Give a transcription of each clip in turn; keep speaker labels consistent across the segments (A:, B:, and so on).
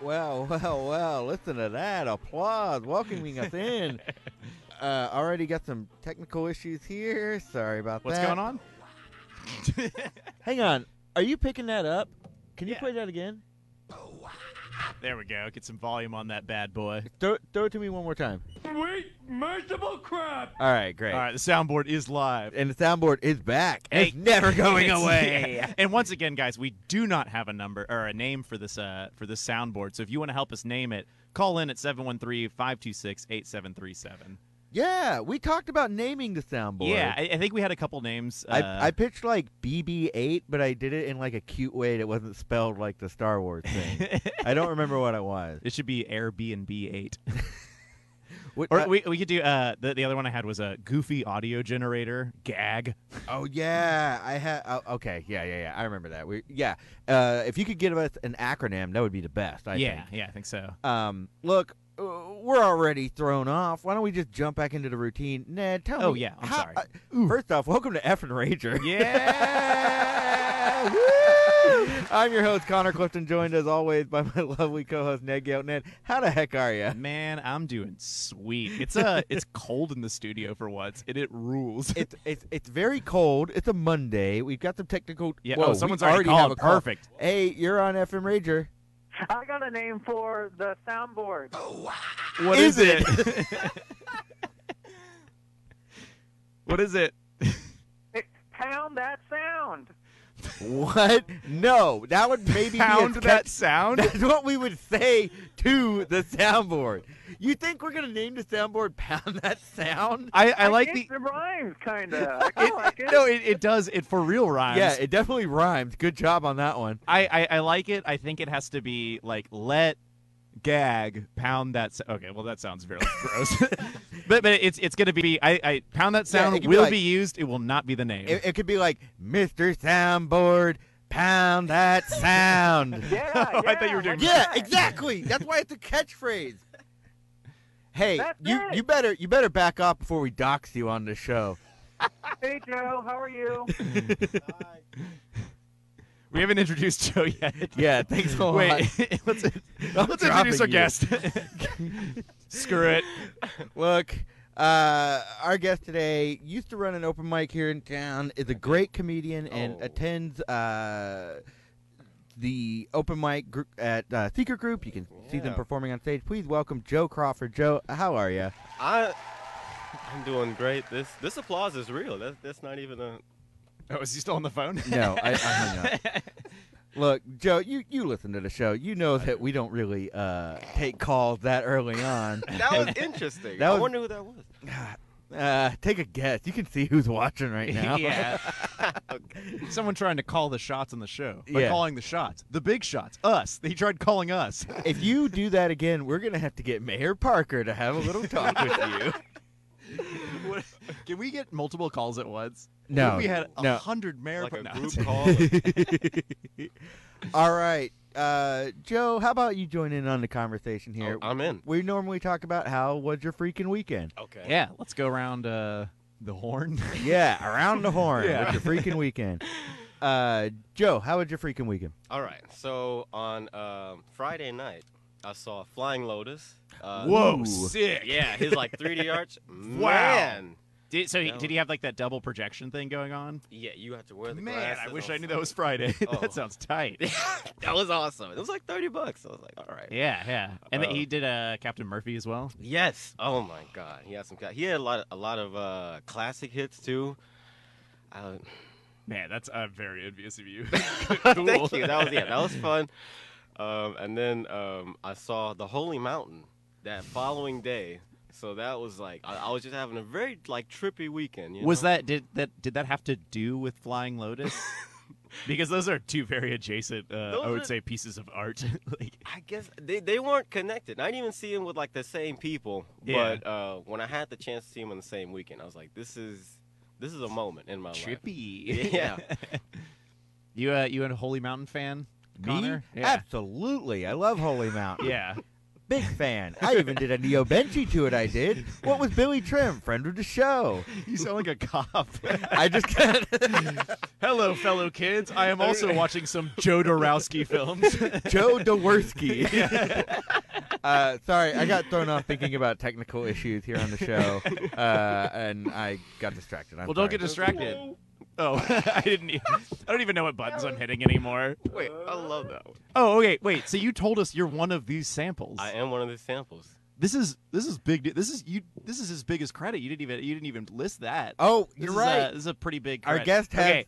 A: well, well, well. Listen to that applause welcoming us in. Uh, already got some technical issues here. Sorry about
B: What's
A: that.
B: going on?
A: Hang on. Are you picking that up? Can you
B: Yeah.
A: play that again?
B: There we go. Get some volume on that bad boy.
A: Throw, throw it to me one more time.
C: Wait, merciful crap!
A: All right, great.
B: All right, the soundboard is live.
A: And the soundboard is back. and It's
B: Hey.
A: never going
B: It's-
A: away.
B: yeah. And once again, guys, we do not have a number or a name for this uh, for this soundboard. So if you want to help us name it, call in at 713-526-8737.
A: Yeah, we talked about naming the soundboard.
B: Yeah, I, I think we had a couple names. Uh,
A: I, I pitched like BB8, but I did it in like a cute way that wasn't spelled like the Star Wars thing. I don't remember what it was.
B: uh, it should be Airbnb 8.
A: What-
B: Or
A: uh,
B: we, we could do uh, the, the other one I had was a goofy audio generator gag.
A: oh yeah, I had. Oh, okay, yeah, yeah, yeah. I remember that. We yeah. Uh, if you could give us an acronym, that would be the best. I
B: yeah,
A: think.
B: yeah, I think so.
A: Um, look, uh, we're already thrown off. Why don't we just jump back into the routine? Ned, tell
B: Oh,
A: me.
B: yeah, I'm
A: how-
B: sorry.
A: uh, first off, welcome to F and Rager.
B: Yeah.
A: Woo! I'm your host Connor Clifton, joined as always by my lovely co-host Ned Gale. Ned, how the heck are you?
B: Man, I'm doing sweet. It's uh it's cold in the studio for once, and it rules.
A: It's it's it's very cold. It's a Monday. We've got some technical.
B: Yeah,
A: Whoa,
B: oh, someone's
A: we
B: already
A: already have
B: called.
A: a call.
B: Perfect.
A: Hey, you're on FM Rager.
C: I got a name for the soundboard.
B: Oh. What
A: Is
B: is it? what is it?
C: It's pound that sound.
A: What? No, that would maybe
B: Pound
A: be a
B: that
A: catch-
B: sound?
A: That's what we would say to the soundboard. You think we're gonna name the soundboard "Pound That Sound"?
B: I, I like the.
C: think it rhymes, kind of. I kinda like it.
B: No, it, it does. It for real rhymes.
A: Yeah, it definitely rhymes. Good job on that one.
B: I, I, I like it. I think it has to be like let gag pound that. So- okay, well that sounds very gross. but but it's it's gonna be I, I pound that
A: Yeah, it
B: sound
A: could be
B: will be,
A: like-
B: used. It will not be the name.
A: It, it could be like Mr. Soundboard, pound that sound.
C: Yeah,
B: I thought you
C: yeah,
B: were doing-
C: like
A: yeah,
C: that.
A: exactly. That's why it's a catchphrase. Hey,
C: That's
A: you
C: it.
A: you better you better back off before we dox you on the show.
C: Hey, Joe, how are you?
B: we haven't introduced Joe yet.
A: Yeah, thanks a lot.
B: Wait, let's,
A: I'm
B: let's introduce our
A: dropping you.
B: guest. Screw it.
A: Look, uh, our guest today used to run an open mic here in town. Is a great comedian and
B: Oh.
A: attends uh, the open mic gr- at uh, Secret Group. You can see them
D: Yeah.
A: performing on stage. Please welcome Joe Crawford. Joe, how are you?
D: I, I'm doing great. This this applause is real. That, that's not even a.
B: Oh, is he still on the phone?
A: No, I, I hung up. Look, Joe, you, you listen to the show. You know that we don't really uh, take calls that early on.
D: That was interesting.
A: That
D: I
A: was-
D: wonder who that was.
A: Uh, take a guess. You can see who's watching right now.
B: yeah. Someone trying to call the shots on the show. By
A: Yeah.
B: calling the shots. The big shots. Us. He tried calling us.
A: If you do that again, we're gonna have to get Mayor Parker to have a little talk with you.
B: What- Can we get multiple calls at once? What
A: No,
B: if we had a
A: no.
B: hundred mayor.
D: Like a
B: no.
D: group call. of-
A: All right, uh, Joe, how about you join in on the conversation here?
D: Oh, I'm in.
A: we normally talk about how was your freaking weekend.
D: Okay.
B: Yeah, let's go around uh, the horn.
A: Yeah, around the horn.
B: Yeah.
A: What's your freaking weekend? Uh, Joe, how was your freaking weekend?
D: All right. So on um, Friday night, I saw Flying Lotus. Uh,
B: Whoa,
A: Ooh.
B: sick!
D: Yeah, his like 3D arch.
B: Wow.
D: Man.
B: Did, so he,
D: That
B: did he have like that double projection thing going on?
D: Yeah, you have to wear the
B: Man,
D: glasses
B: I wish
D: on
B: I knew that was
D: Sunday.
B: Friday.
D: Oh.
B: that sounds tight.
D: that was awesome. It was like 30 bucks. I was like, all right.
B: Yeah, yeah. And then
D: Oh.
B: he did uh, Captain Murphy as well.
D: Yes. Oh my God. He had some. He had a lot. Of, a lot of uh, classic hits too. Uh,
B: Man, that's uh, very envious of you.
D: Thank you. That was yeah. That was fun. Um, and then um, I saw the Holy Mountain that following day. So that was like I, I was just having a very like trippy weekend. you
B: Was
D: know?
B: that did that did that have to do with Flying Lotus? because those are two very adjacent. Uh, I
D: Those
B: would
D: are-
B: say pieces of art. like,
D: I guess they, they weren't connected. I didn't even see him with like the same people.
B: Yeah.
D: But uh, when I had the chance to see him on the same weekend, I was like, this is this is a moment in my life.
B: trippy.
D: Yeah.
B: you uh, you a Holy Mountain fan?
A: Me?
B: Connor? Yeah.
A: Absolutely. I love Holy Mountain.
B: yeah.
A: Big fan. I even did a Neo Benji to it. I did. What was Billy Trim, friend of the show?
B: You sound like a cop.
A: I just got
B: Hello, fellow kids. I am also watching some Joe Dorowski films.
A: Joe Dowersky. uh, sorry, I got thrown off thinking about technical issues here on the show, uh, and I got distracted. I'm
B: well, don't get
A: sorry.
B: distracted. Oh, I didn't. e- I don't even know what buttons I'm hitting anymore.
D: Wait, I love that one.
B: Oh, okay. Wait. So you told us you're one of these samples.
D: I am one of the samples.
B: This is this is big. de- This is you. This is as big as credit. You didn't even you didn't even list that.
A: Oh,
B: This
A: you're
B: is
A: right.
B: A, this is a pretty big.
A: Our
B: credit.
A: guest has-
B: Okay.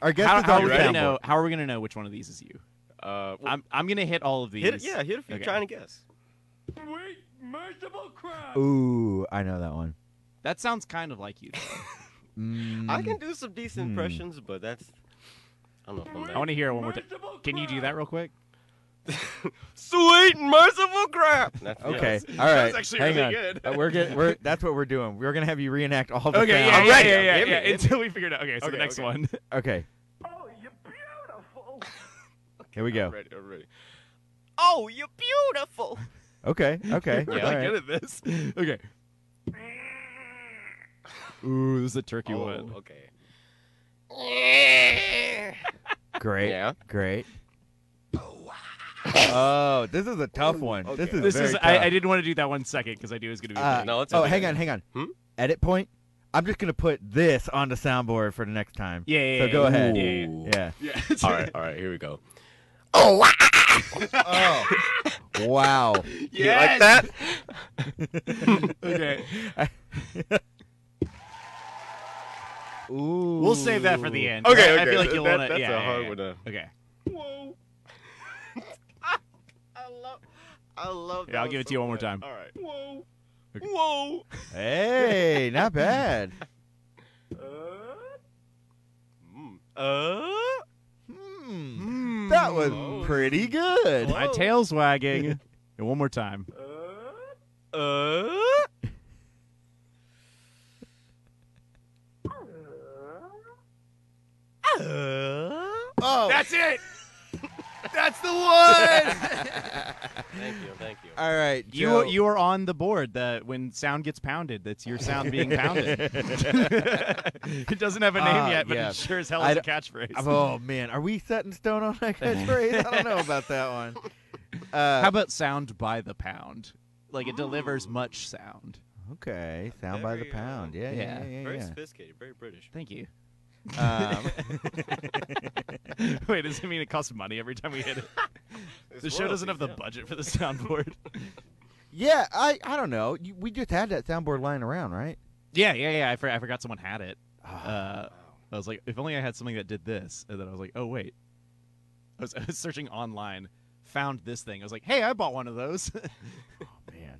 A: Our guest
B: How,
A: is
B: how are
A: on
B: we gonna
A: Campbell.
B: know? How are we gonna know which one of these is you?
D: Uh, well,
B: I'm I'm gonna hit all of these.
D: hit, it- yeah, hit if you're
B: Okay.
D: trying to guess.
A: Ooh, I know that one.
B: That sounds kind of like you. though.
D: I
A: Mm,
D: can do some decent
A: Hmm.
D: impressions, but that's. I don't know if I'm that.
B: I want to hear it one more time. Can you do that real quick?
D: Sweet merciful crap. That's,
A: Okay.
D: yes.
A: All right.
B: was actually
A: Hang
B: really
A: on.
B: good.
A: Uh, we're get, we're that's what we're doing. We're gonna have you reenact all the
B: Okay, yeah,
A: sounds.
B: yeah,
D: right,
B: yeah,
D: I'm
B: yeah,
D: in
B: yeah,
D: it, in
B: Until we figured out. Okay, so
D: Okay,
B: the next
D: okay.
B: one.
A: Okay.
C: Oh, you're beautiful.
A: Here we go.
D: I'm ready, I'm ready. Oh, you're beautiful.
A: Okay. Okay.
B: We're
A: all
B: not
A: right.
B: good at this. Okay. Ooh, this is a turkey
D: oh,
B: one.
D: okay.
A: Great.
D: Yeah.
A: Great. Oh, this is a tough one.
D: Okay.
A: This is
B: This
A: very
B: is.
A: tough.
B: I, I didn't want to do that one second because I knew it was gonna be. a
A: Uh,
B: thing.
D: No, it's
A: oh,
D: okay.
A: hang on, hang on.
D: Hmm?
A: Edit point. I'm just gonna put this on the soundboard for the next time.
B: yeah, yeah.
A: So
B: yeah,
A: go
B: yeah.
A: ahead.
B: Yeah, yeah,
A: Yeah.
B: yeah.
D: all right, all right, here we go.
A: Oh. wow.
D: You like that?
B: okay.
A: Ooh.
B: We'll save that for the end. I-
D: Okay, okay.
B: I feel like you'll
D: that,
B: want to.
D: That's
B: yeah,
D: a
B: yeah,
D: hard
B: yeah.
D: one. To...
B: Okay.
D: Whoa. I love, I love.
B: Yeah, I'll that give it to you so one more much. time.
D: All right. Whoa. Whoa.
A: Hey, not bad.
D: Uh.
A: Hmm. That was
B: Oh.
D: Whoa.
A: pretty good.
B: My
D: Whoa.
B: tail's wagging. And one more time.
D: Uh.
A: Oh.
B: it. That's the one.
D: Thank you, thank you.
A: All right.
B: You
A: Joe.
B: are, you are on the board that when sound gets pounded, that's your sound being pounded. it doesn't have a name
A: Ah,
B: yet, but
A: yeah.
B: it sure as hell
A: I
B: is a
A: don't-
B: catchphrase.
A: Oh man, are we set in stone on that catchphrase? I don't know about that one.
B: How
A: Uh,
B: about sound by the pound? Like it delivers much sound.
A: okay, sound by the
D: Very, uh,
A: pound. Yeah, yeah,
B: yeah,
A: yeah,
D: Very
A: yeah.
D: sophisticated, very British.
B: Thank you.
A: Um,
B: Wait, does it mean it costs money every time we hit it? The show doesn't have the budget for the soundboard.
A: yeah, I, I don't know. You, we just had that soundboard lying around, right?
B: yeah, yeah, yeah. I, for- I forgot someone had it.
A: Oh,
B: Uh, I was like, if only I had something that did this. And then I was like, oh, wait. I was, I was searching online, found this thing. I was like, hey, I bought one of those.
A: Oh, Man.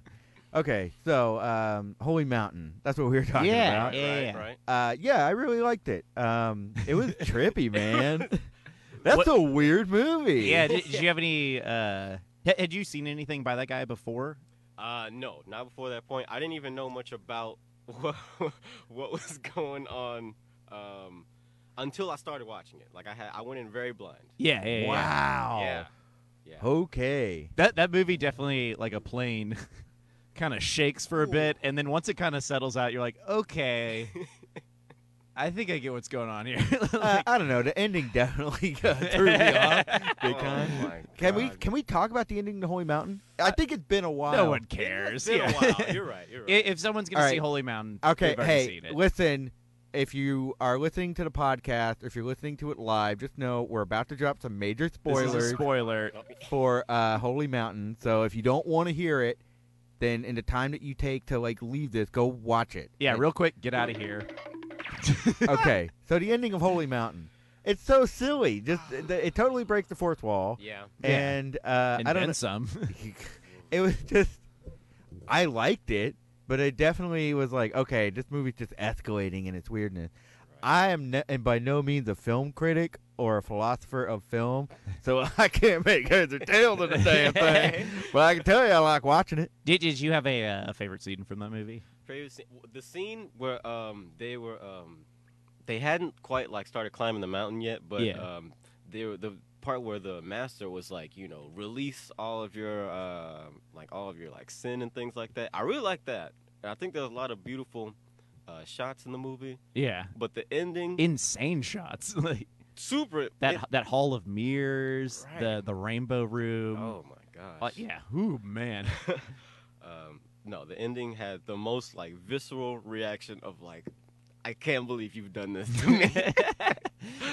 A: Okay, so um, Holy Mountain. That's what we were talking
B: Yeah,
A: about.
B: yeah,
D: right,
B: yeah.
D: right.
A: Uh, yeah, I really liked it. Um, it was trippy, man. That's
B: What-
A: a weird movie.
B: yeah, did, did you have any. Uh, ha- had you seen anything by that guy before?
D: Uh, no, not before that point. I didn't even know much about what, what was going on um, until I started watching it. Like I had, I went in very blind.
B: Yeah, yeah,
A: Wow.
D: Yeah. Yeah.
A: Okay.
B: That, that movie definitely, like a plane, kind of shakes for a bit. And then once it kind of settles out, you're like, okay. I think I get what's going on here.
A: Uh,
B: Like-
A: I don't know. The ending definitely uh, threw me off big
D: Oh
A: time.
D: my
A: Can we
D: God.
A: can we talk about the ending to Holy Mountain? I think it's been a while.
B: no one
D: It's
B: cares.
D: been a
B: Yeah.
D: while. You're right. You're right.
B: I- if someone's gonna
A: All
B: see
A: right.
B: Holy Mountain,
A: Okay,
B: they've already
A: hey,
B: seen it.
A: listen. If you are listening to the podcast, or if you're listening to it live, just know we're about to drop some major
B: This is a
A: spoilers
B: spoiler.
D: Oh.
A: for uh, Holy Mountain. So if you don't want to hear it, then in the time that you take to like leave this, go watch it.
B: Yeah,
A: Like,
B: real quick, get out of here.
D: Uh,
A: okay. So the ending of Holy Mountain, it's so silly. Just it, it totally breaks the fourth wall,
D: yeah.
B: Yeah.
A: and uh,
B: And
A: I don't
B: then
A: know.
B: some.
A: it was just I liked it, but it definitely was like, okay, this movie's just escalating in its weirdness. I am ne- and by no means a film critic or a philosopher of film, so I can't make heads or tails of the damn thing. But I can tell you, I like watching it.
B: did, did you have a, uh, a favorite scene from that movie?
D: Previous scene- w- the scene where um they were um they hadn't quite like started climbing the mountain yet, but
B: Yeah.
D: um they were the part where the master was like, you know, release all of your uh, like all of your like sin and things like that. I really like that. And I think there's a lot of beautiful uh, shots in the movie,
B: Yeah.
D: but the ending
B: Insane shots. like
D: super
B: that
D: it-
B: that hall of mirrors, the
D: Right.
B: the rainbow room.
D: oh my gosh.
B: Uh, yeah. Ooh, man.
D: um, no, the ending had the most like visceral reaction of like, I can't believe you've done this to me.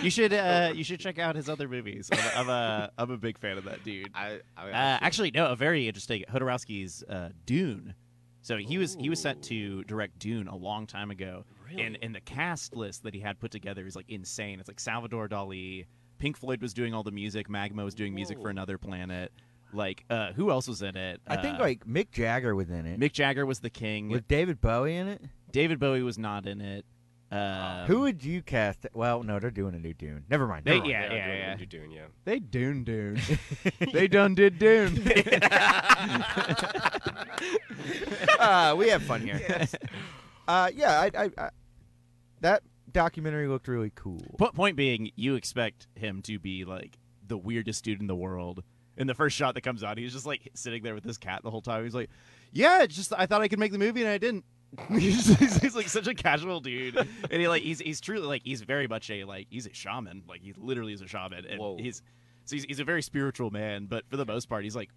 B: you should uh, you should check out his other movies. I'm, I'm a I'm a big fan of that dude.
D: I, I, I
B: Uh,
D: should-
B: actually, no, a very interesting Hodorowski's uh, Dune. So he was he was set to
D: Ooh.
B: direct Dune a long time ago,
D: really,
B: and and the cast list that he had put together is like insane. It's like Salvador Dali, Pink Floyd was doing all the music, Magma was doing music for
D: Whoa.
B: Another Planet. Like uh, who else was in it?
A: I think
B: Uh,
A: like Mick Jagger was in it.
B: Mick Jagger was the king.
A: was David Bowie in it?
B: David Bowie was not in it. Um,
A: Who would you cast? Well, no, they're doing a new Dune. Never mind.
B: They-
A: never mind.
B: yeah, yeah,
D: yeah, doing
B: yeah.
D: What you're doing, yeah.
B: They Dune Dune. they done did Dune.
A: uh, we have fun here. Uh, yeah, I, I, I, that documentary looked really cool.
B: Po- point being, you expect him to be like the weirdest dude in the world. In the first shot that comes out, he's just like sitting there with his cat the whole time. He's like, "Yeah, it's just I thought I could make the movie and I didn't." he's, just- he's, like such a casual dude, and he like he's he's truly like he's very much a like he's a shaman. Like he literally is a shaman, and
D: Whoa.
B: he's so he's, he's a very spiritual man. But for the most part, he's like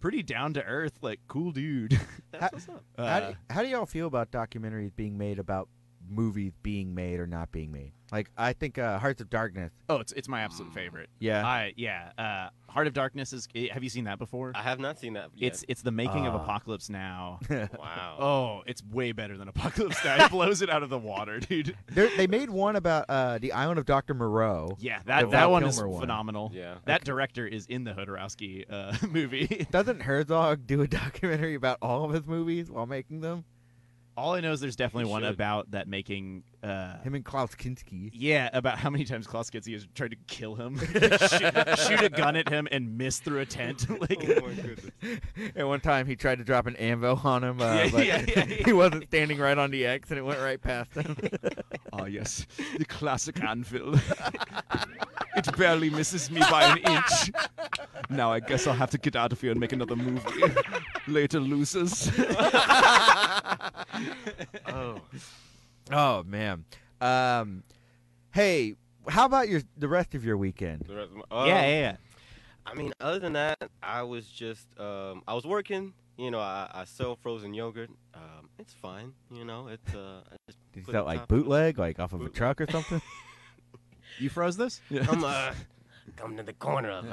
B: pretty down to earth, like cool dude.
D: That's what's up.
A: how,
B: Uh,
A: do, how do y'all feel about documentaries being made about movies being made or not being made? Like, I think uh, Hearts of Darkness.
B: oh, it's it's my absolute favorite.
A: Yeah.
B: I Uh, yeah. Uh, Heart of Darkness is. Have you seen that before?
D: I have not seen that. Yet.
B: It's it's the making of
A: Ah.
B: Apocalypse Now.
D: wow.
B: Oh, it's way better than Apocalypse Now. It blows it out of the water, dude.
A: There- they made one about uh, the Island of Dr. Moreau.
B: Yeah,
A: The
B: that that
A: Val
B: one is
A: Kilmer one.
B: phenomenal.
D: Yeah.
B: That director is in the Hodorowski uh, movie.
A: Doesn't Herzog do a documentary about all of his movies while making them?
B: All I know is there's definitely
D: He
B: one
D: should.
B: about that making. Uh,
A: Him and Klaus Kinski.
B: yeah, about how many times Klaus Kinski has tried to kill him, shoot, shoot a gun at him, and miss through a tent. like,
D: Oh my goodness.
A: and one time he tried to drop an anvil on him, uh,
B: Yeah,
A: but
B: yeah, yeah,
A: he wasn't standing right on the X, and it went right past him.
B: Ah, yes, the classic anvil. it barely misses me by an inch. Now I guess I'll have to get out of here and make another movie. Later, losers.
A: oh, oh man. Um, hey, how about your the rest of your weekend?
D: The rest of my- um,
B: yeah, yeah,
D: I mean, other than that, I was just um, I was working. You know, I, I sell frozen yogurt. Um, it's fine. You know, it's uh, I just
A: Did you
D: put
A: sell
D: the
A: like
D: top-
A: bootleg, like off of a
D: Bootleg.
A: truck or something?
B: You froze this?
D: Come uh, come to the corner of.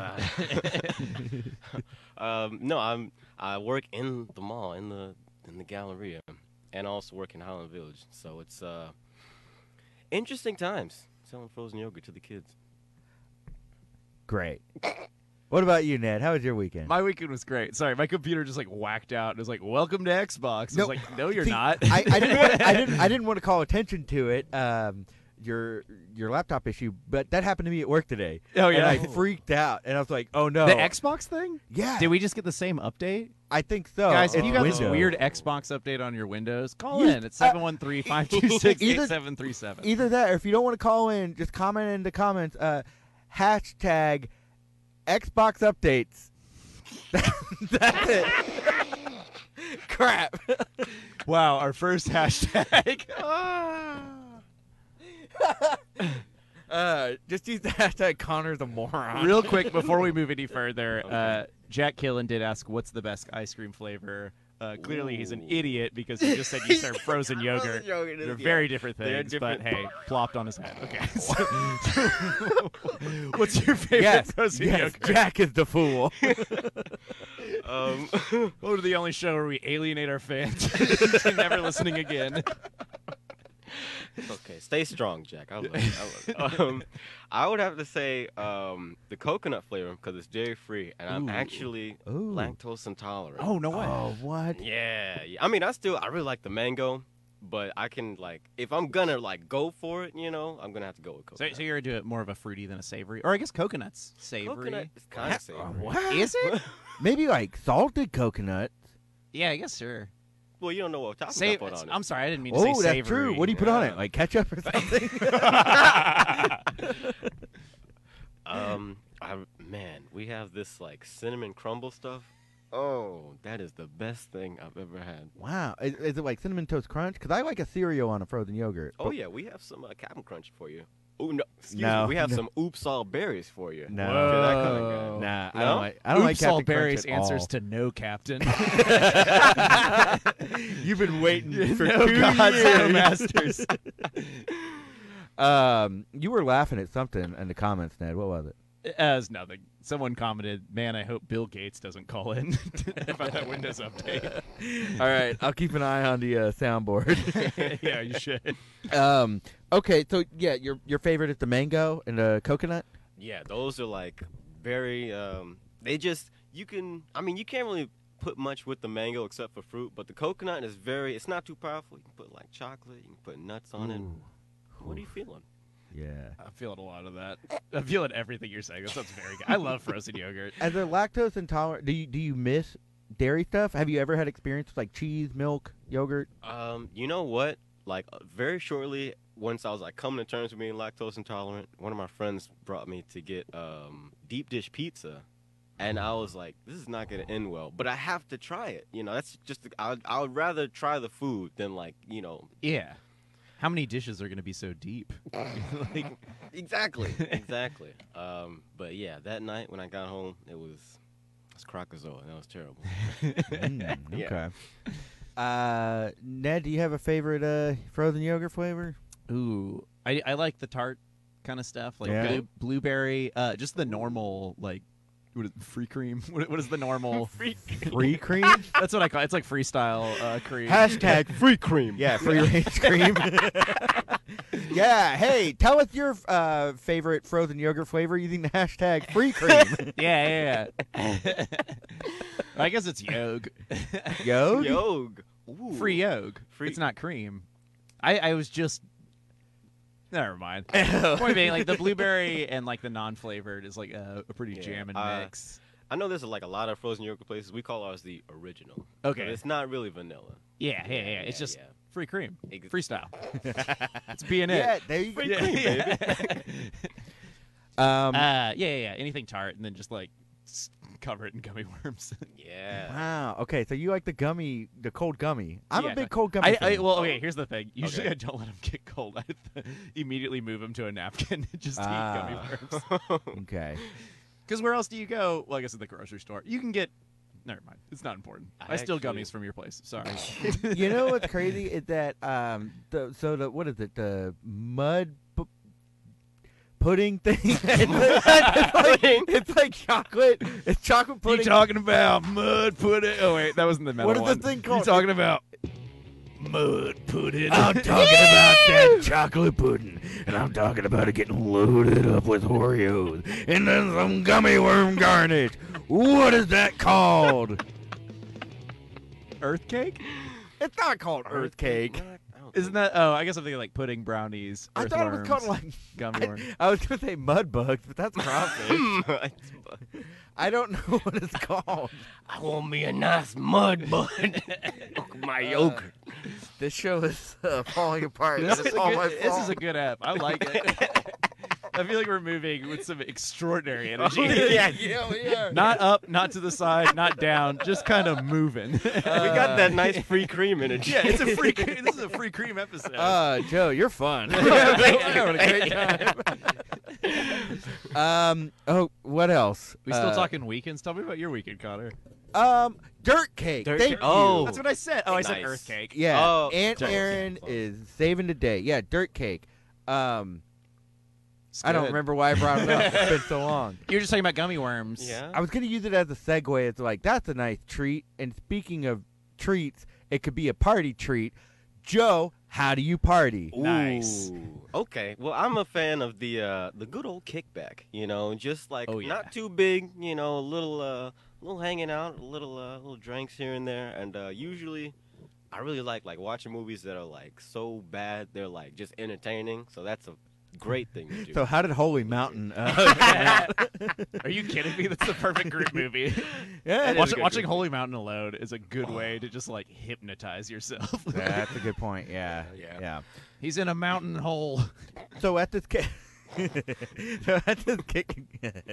D: Uh, um, no, I'm I work in the mall in the in the Galleria, and I also work in Highland Village. So it's uh, interesting times selling frozen yogurt to the kids.
A: Great. What about you, Ned? How was your weekend?
B: My weekend was great. Sorry, my computer just like whacked out and was like, "Welcome to Xbox." I
A: No,
B: was like, "No, you're
A: See,
B: not."
A: I, I didn't. Wanna, I didn't. I didn't want to call attention to it. Um, your your laptop issue, but that happened to me at work today.
B: Oh
A: and
B: yeah,
A: I freaked out, and I was like, "Oh no!"
B: the Xbox thing.
A: yeah,
B: Did we just get the same update,
A: I think so.
B: guys? If
A: It's
B: you got this
A: Windows.
B: weird Xbox update on your Windows, call
A: You- uh,
B: in. It's seven one three five two six eight
A: Either-
B: seven three seven.
A: either that, or if you don't want to call in, just comment in the comments. Uh, hashtag Xbox updates. That's it. Crap.
B: Wow, our first hashtag.
A: Uh, just use the hashtag Connor's a moron.
B: Real quick before we move any further, uh,
D: Okay.
B: Jack Killen did ask, "What's the best ice cream flavor?" Uh, clearly, he's an
D: Ooh.
B: idiot because he just said you serve frozen yogurt.
D: Frozen yogurt is-
B: They're
D: yeah.
B: very different
D: They're
B: things,
D: different.
B: but hey, plopped on his head. Okay. so- what's your favorite
A: Yes,
B: frozen
A: yes,
B: yogurt?
A: Jack is the fool.
D: Um,
B: Go to the only show where we alienate our fans. You're never listening again.
D: okay, stay strong, Jack. I love it. I, love it. Um, I would have to say um, the coconut flavor because it's dairy free, and I'm
B: Ooh.
D: actually
A: Ooh.
D: lactose intolerant.
B: Oh no way!
A: oh, what?
D: Yeah, yeah. I mean, I still I really like the mango, but I can like if I'm gonna like go for it, you know, I'm gonna have to go with
B: So,
D: coconut.
B: so you're into it more of a fruity than a savory, or I guess coconuts savory.
D: coconut is kind of savory.
B: Is it?
A: Maybe like salted coconut.
B: yeah, I guess sure.
D: Well, you don't know what topping I
B: Save,
D: put on it.
B: I'm sorry, I didn't mean to say
A: Oh,
B: savory.
A: that's true. What do you put on
D: Yeah.
A: it? Like ketchup or something?
D: Um, I we have this like cinnamon crumble stuff. Oh, that is the best thing I've ever had.
A: Wow. Is, is it like cinnamon toast crunch? Because I like a cereal on a frozen yogurt.
D: Oh
A: but-
D: yeah, we have some uh, Captain Crunch for you. Oh no, excuse
A: No.
D: me, we have
A: No.
D: some oops all berries for you.
A: No.
D: Okay, that kinda guy.
B: Whoa.
A: Nah, I
D: No?
A: don't like. I don't like
B: Oops, all
A: Captain Crunch
B: berries
A: at
B: answers
A: all.
B: to no, Captain.
A: You've been waiting for
B: no
A: two
B: gods, no
A: years.
B: masters.
A: Um, you were laughing at something in the comments, Ned. What was it?
B: As nothing. Someone commented, "Man, I hope Bill Gates doesn't call in about that Windows update."
A: All right, I'll keep an eye on the uh, soundboard.
B: yeah, you should.
A: um, okay, so yeah, your your favorite is the mango and the coconut.
D: Yeah, those are like very. Um, they just you can. I mean, you can't really put much with the mango except for fruit, but the coconut is very. It's not too powerful. You can put like chocolate. You can put nuts on it. What are you feeling?
A: Yeah.
B: I'm feeling a lot of that. I'm feeling everything you're saying. That sounds very good. I love frozen yogurt.
A: As a lactose intolerant, do you do you miss dairy stuff? Have you ever had experience with like cheese, milk, yogurt?
D: Um, you know what? Like uh, very shortly, once I was like coming to terms with being lactose intolerant, one of my friends brought me to get um deep dish pizza, and I was like, this is not gonna end well. But I have to try it. You know, that's just. I I would rather try the food than like you know
B: Yeah. How many dishes are going to be so deep? like,
D: Exactly. exactly. Um, but yeah, that night when I got home, it was it was Crocozoa, and that was terrible.
A: Mm,
D: Yeah.
A: Okay. Uh, Ned, do you have a favorite uh, frozen yogurt flavor?
B: ooh, I, I like the tart kind of stuff, like
A: Yeah.
B: blue, blueberry, uh, just the normal, like, what is, free cream? What, what is the normal?
A: Free cream.
B: That's what I call it. It's like freestyle uh, cream.
A: Hashtag
D: Free cream.
A: Yeah, free range cream. yeah, hey, tell us your uh, favorite frozen yogurt flavor using the hashtag free cream.
B: yeah, yeah, yeah. I guess it's yog.
A: Yo,
D: Yog. Ooh.
B: Free yog.
D: Free-
B: It's not cream. I, I was just. Never mind. Point being, like the blueberry and like the non-flavored is like a, a pretty
D: Yeah,
B: jamming
D: uh,
B: mix.
D: I know there's like a lot of frozen yogurt places. We call ours the original.
B: Okay.
D: But it's not really vanilla.
B: Yeah, yeah, yeah. It's
D: yeah,
B: just
D: yeah.
B: free cream,
D: Ex-
B: freestyle. it's being it.
A: yeah, there you go.
B: yeah, yeah.
A: Um,
B: uh, yeah, yeah, yeah. Anything tart, and then just like s- cover it in gummy worms.
A: Uh,
D: Yeah.
A: wow. Okay, so you like the gummy, the cold gummy. I'm
B: Yeah,
A: a big cold gummy.
B: I, I
A: fan.
B: well, okay. Here's the thing. Usually,
D: Okay.
B: I don't let them get cold. I immediately move them to a napkin and just eat
A: Ah.
B: gummy worms.
A: okay.
B: Because where else do you go? Well, I guess at the grocery store. You can get. Never mind. It's not important. I,
D: I
B: steal
D: actually-
B: gummies from your place. Sorry.
A: You know what's crazy is that um, the, so the what is it the mud pu- pudding thing? it's, like, it's like chocolate. It's chocolate
B: you
A: pudding.
B: talking about mud pudding? Oh wait, that wasn't the metal
A: What is
B: one.
A: this thing
B: You
A: called?
B: talking about mud pudding?
E: I'm talking about that chocolate pudding, and I'm talking about it getting loaded up with Oreos, and then some gummy worm garnish. What is that called?
B: Earth cake?
A: It's not called earth cake.
B: Isn't that? Oh, I guess I'm thinking like pudding brownies.
A: I thought it was called
B: earthworms,
A: like
B: gummy worms.
A: I was gonna say mud bugs, but that's crawfish.
D: that?
A: I don't know what it's called.
D: I want me a nice mud bun. My yogurt.
A: This show is uh, falling apart.
B: This,
A: It's
B: is a
A: all my
B: good, this is a
A: fault.
B: good app. I like it. I feel like we're moving with some extraordinary energy.
D: yeah.
A: yeah, we are.
B: Not up, not to the side, not down, just kind of moving.
D: we got that nice free cream energy.
B: yeah, it's a free. cre- This is a free cream episode.
A: Uh, Joe, you're fun.
B: having a great time.
A: um, oh, what else?
B: We still
A: Uh,
B: talking weekends? Tell me about your weekend, Connor.
A: Um, dirt cake.
D: Dirt
A: Thank
D: cake.
A: you.
D: Oh.
B: That's what I said. Oh, I said
D: Nice.
B: earth cake.
A: Yeah,
D: Oh,
A: Aunt
D: dirt cake.
A: Erin is saving the day. Yeah, dirt cake. Um,
B: It's
A: I don't
B: good.
A: remember why I brought it up. It's been so long.
B: You were just talking about gummy worms.
D: Yeah.
A: I was gonna use it as a segue. It's like that's a nice treat. And speaking of treats, it could be a party treat. Joe, how do you party?
B: Nice.
D: Ooh. Okay. Well, I'm a fan of the uh, the good old kickback. You know, just like
B: Oh, yeah.
D: not too big. You know, a little uh, little hanging out, a little uh, little drinks here and there, and uh, usually. I really like like watching movies that are like so bad they're like just entertaining. So that's a great thing to do.
A: So how did Holy Mountain?
B: Oh,
A: Uh,
B: Are you kidding me? That's the perfect group movie.
A: yeah,
D: That is
B: Watch,
D: a good
B: watching
D: group.
B: Holy Mountain alone is a good way to just like hypnotize yourself.
A: that's a good point. Yeah,
D: Yeah,
A: yeah.
B: He's in a mountain hole.
A: So at this, ca- so at this kick,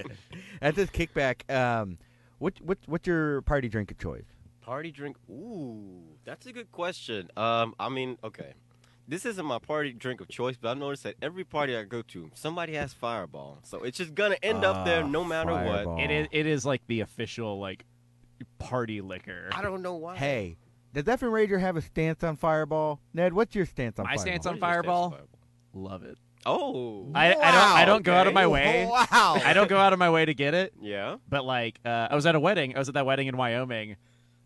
A: at this kickback, um, what what what's your party drink of choice?
D: Party drink? Ooh, that's a good question. Um, I mean, okay, this isn't my party drink of choice, but I've noticed that every party I go to, somebody has Fireball, so it's just gonna end up there
A: Ah,
D: no matter
A: Fireball.
D: what.
B: It
A: Oh.
B: is it is like the official like party liquor.
D: I don't know why.
A: Hey, does Effing Rager have a stance on Fireball? Ned, what's your stance on
B: My
A: Fireball?
B: stance on
D: What is your stance on
B: Fireball? Love it.
D: Oh,
B: I, I don't I
A: Wow,
B: don't go out of
D: okay.
B: my way.
A: Wow.
B: I don't go out of my way to get it.
D: yeah.
B: But like, uh, I was at a wedding. I was at that wedding in Wyoming,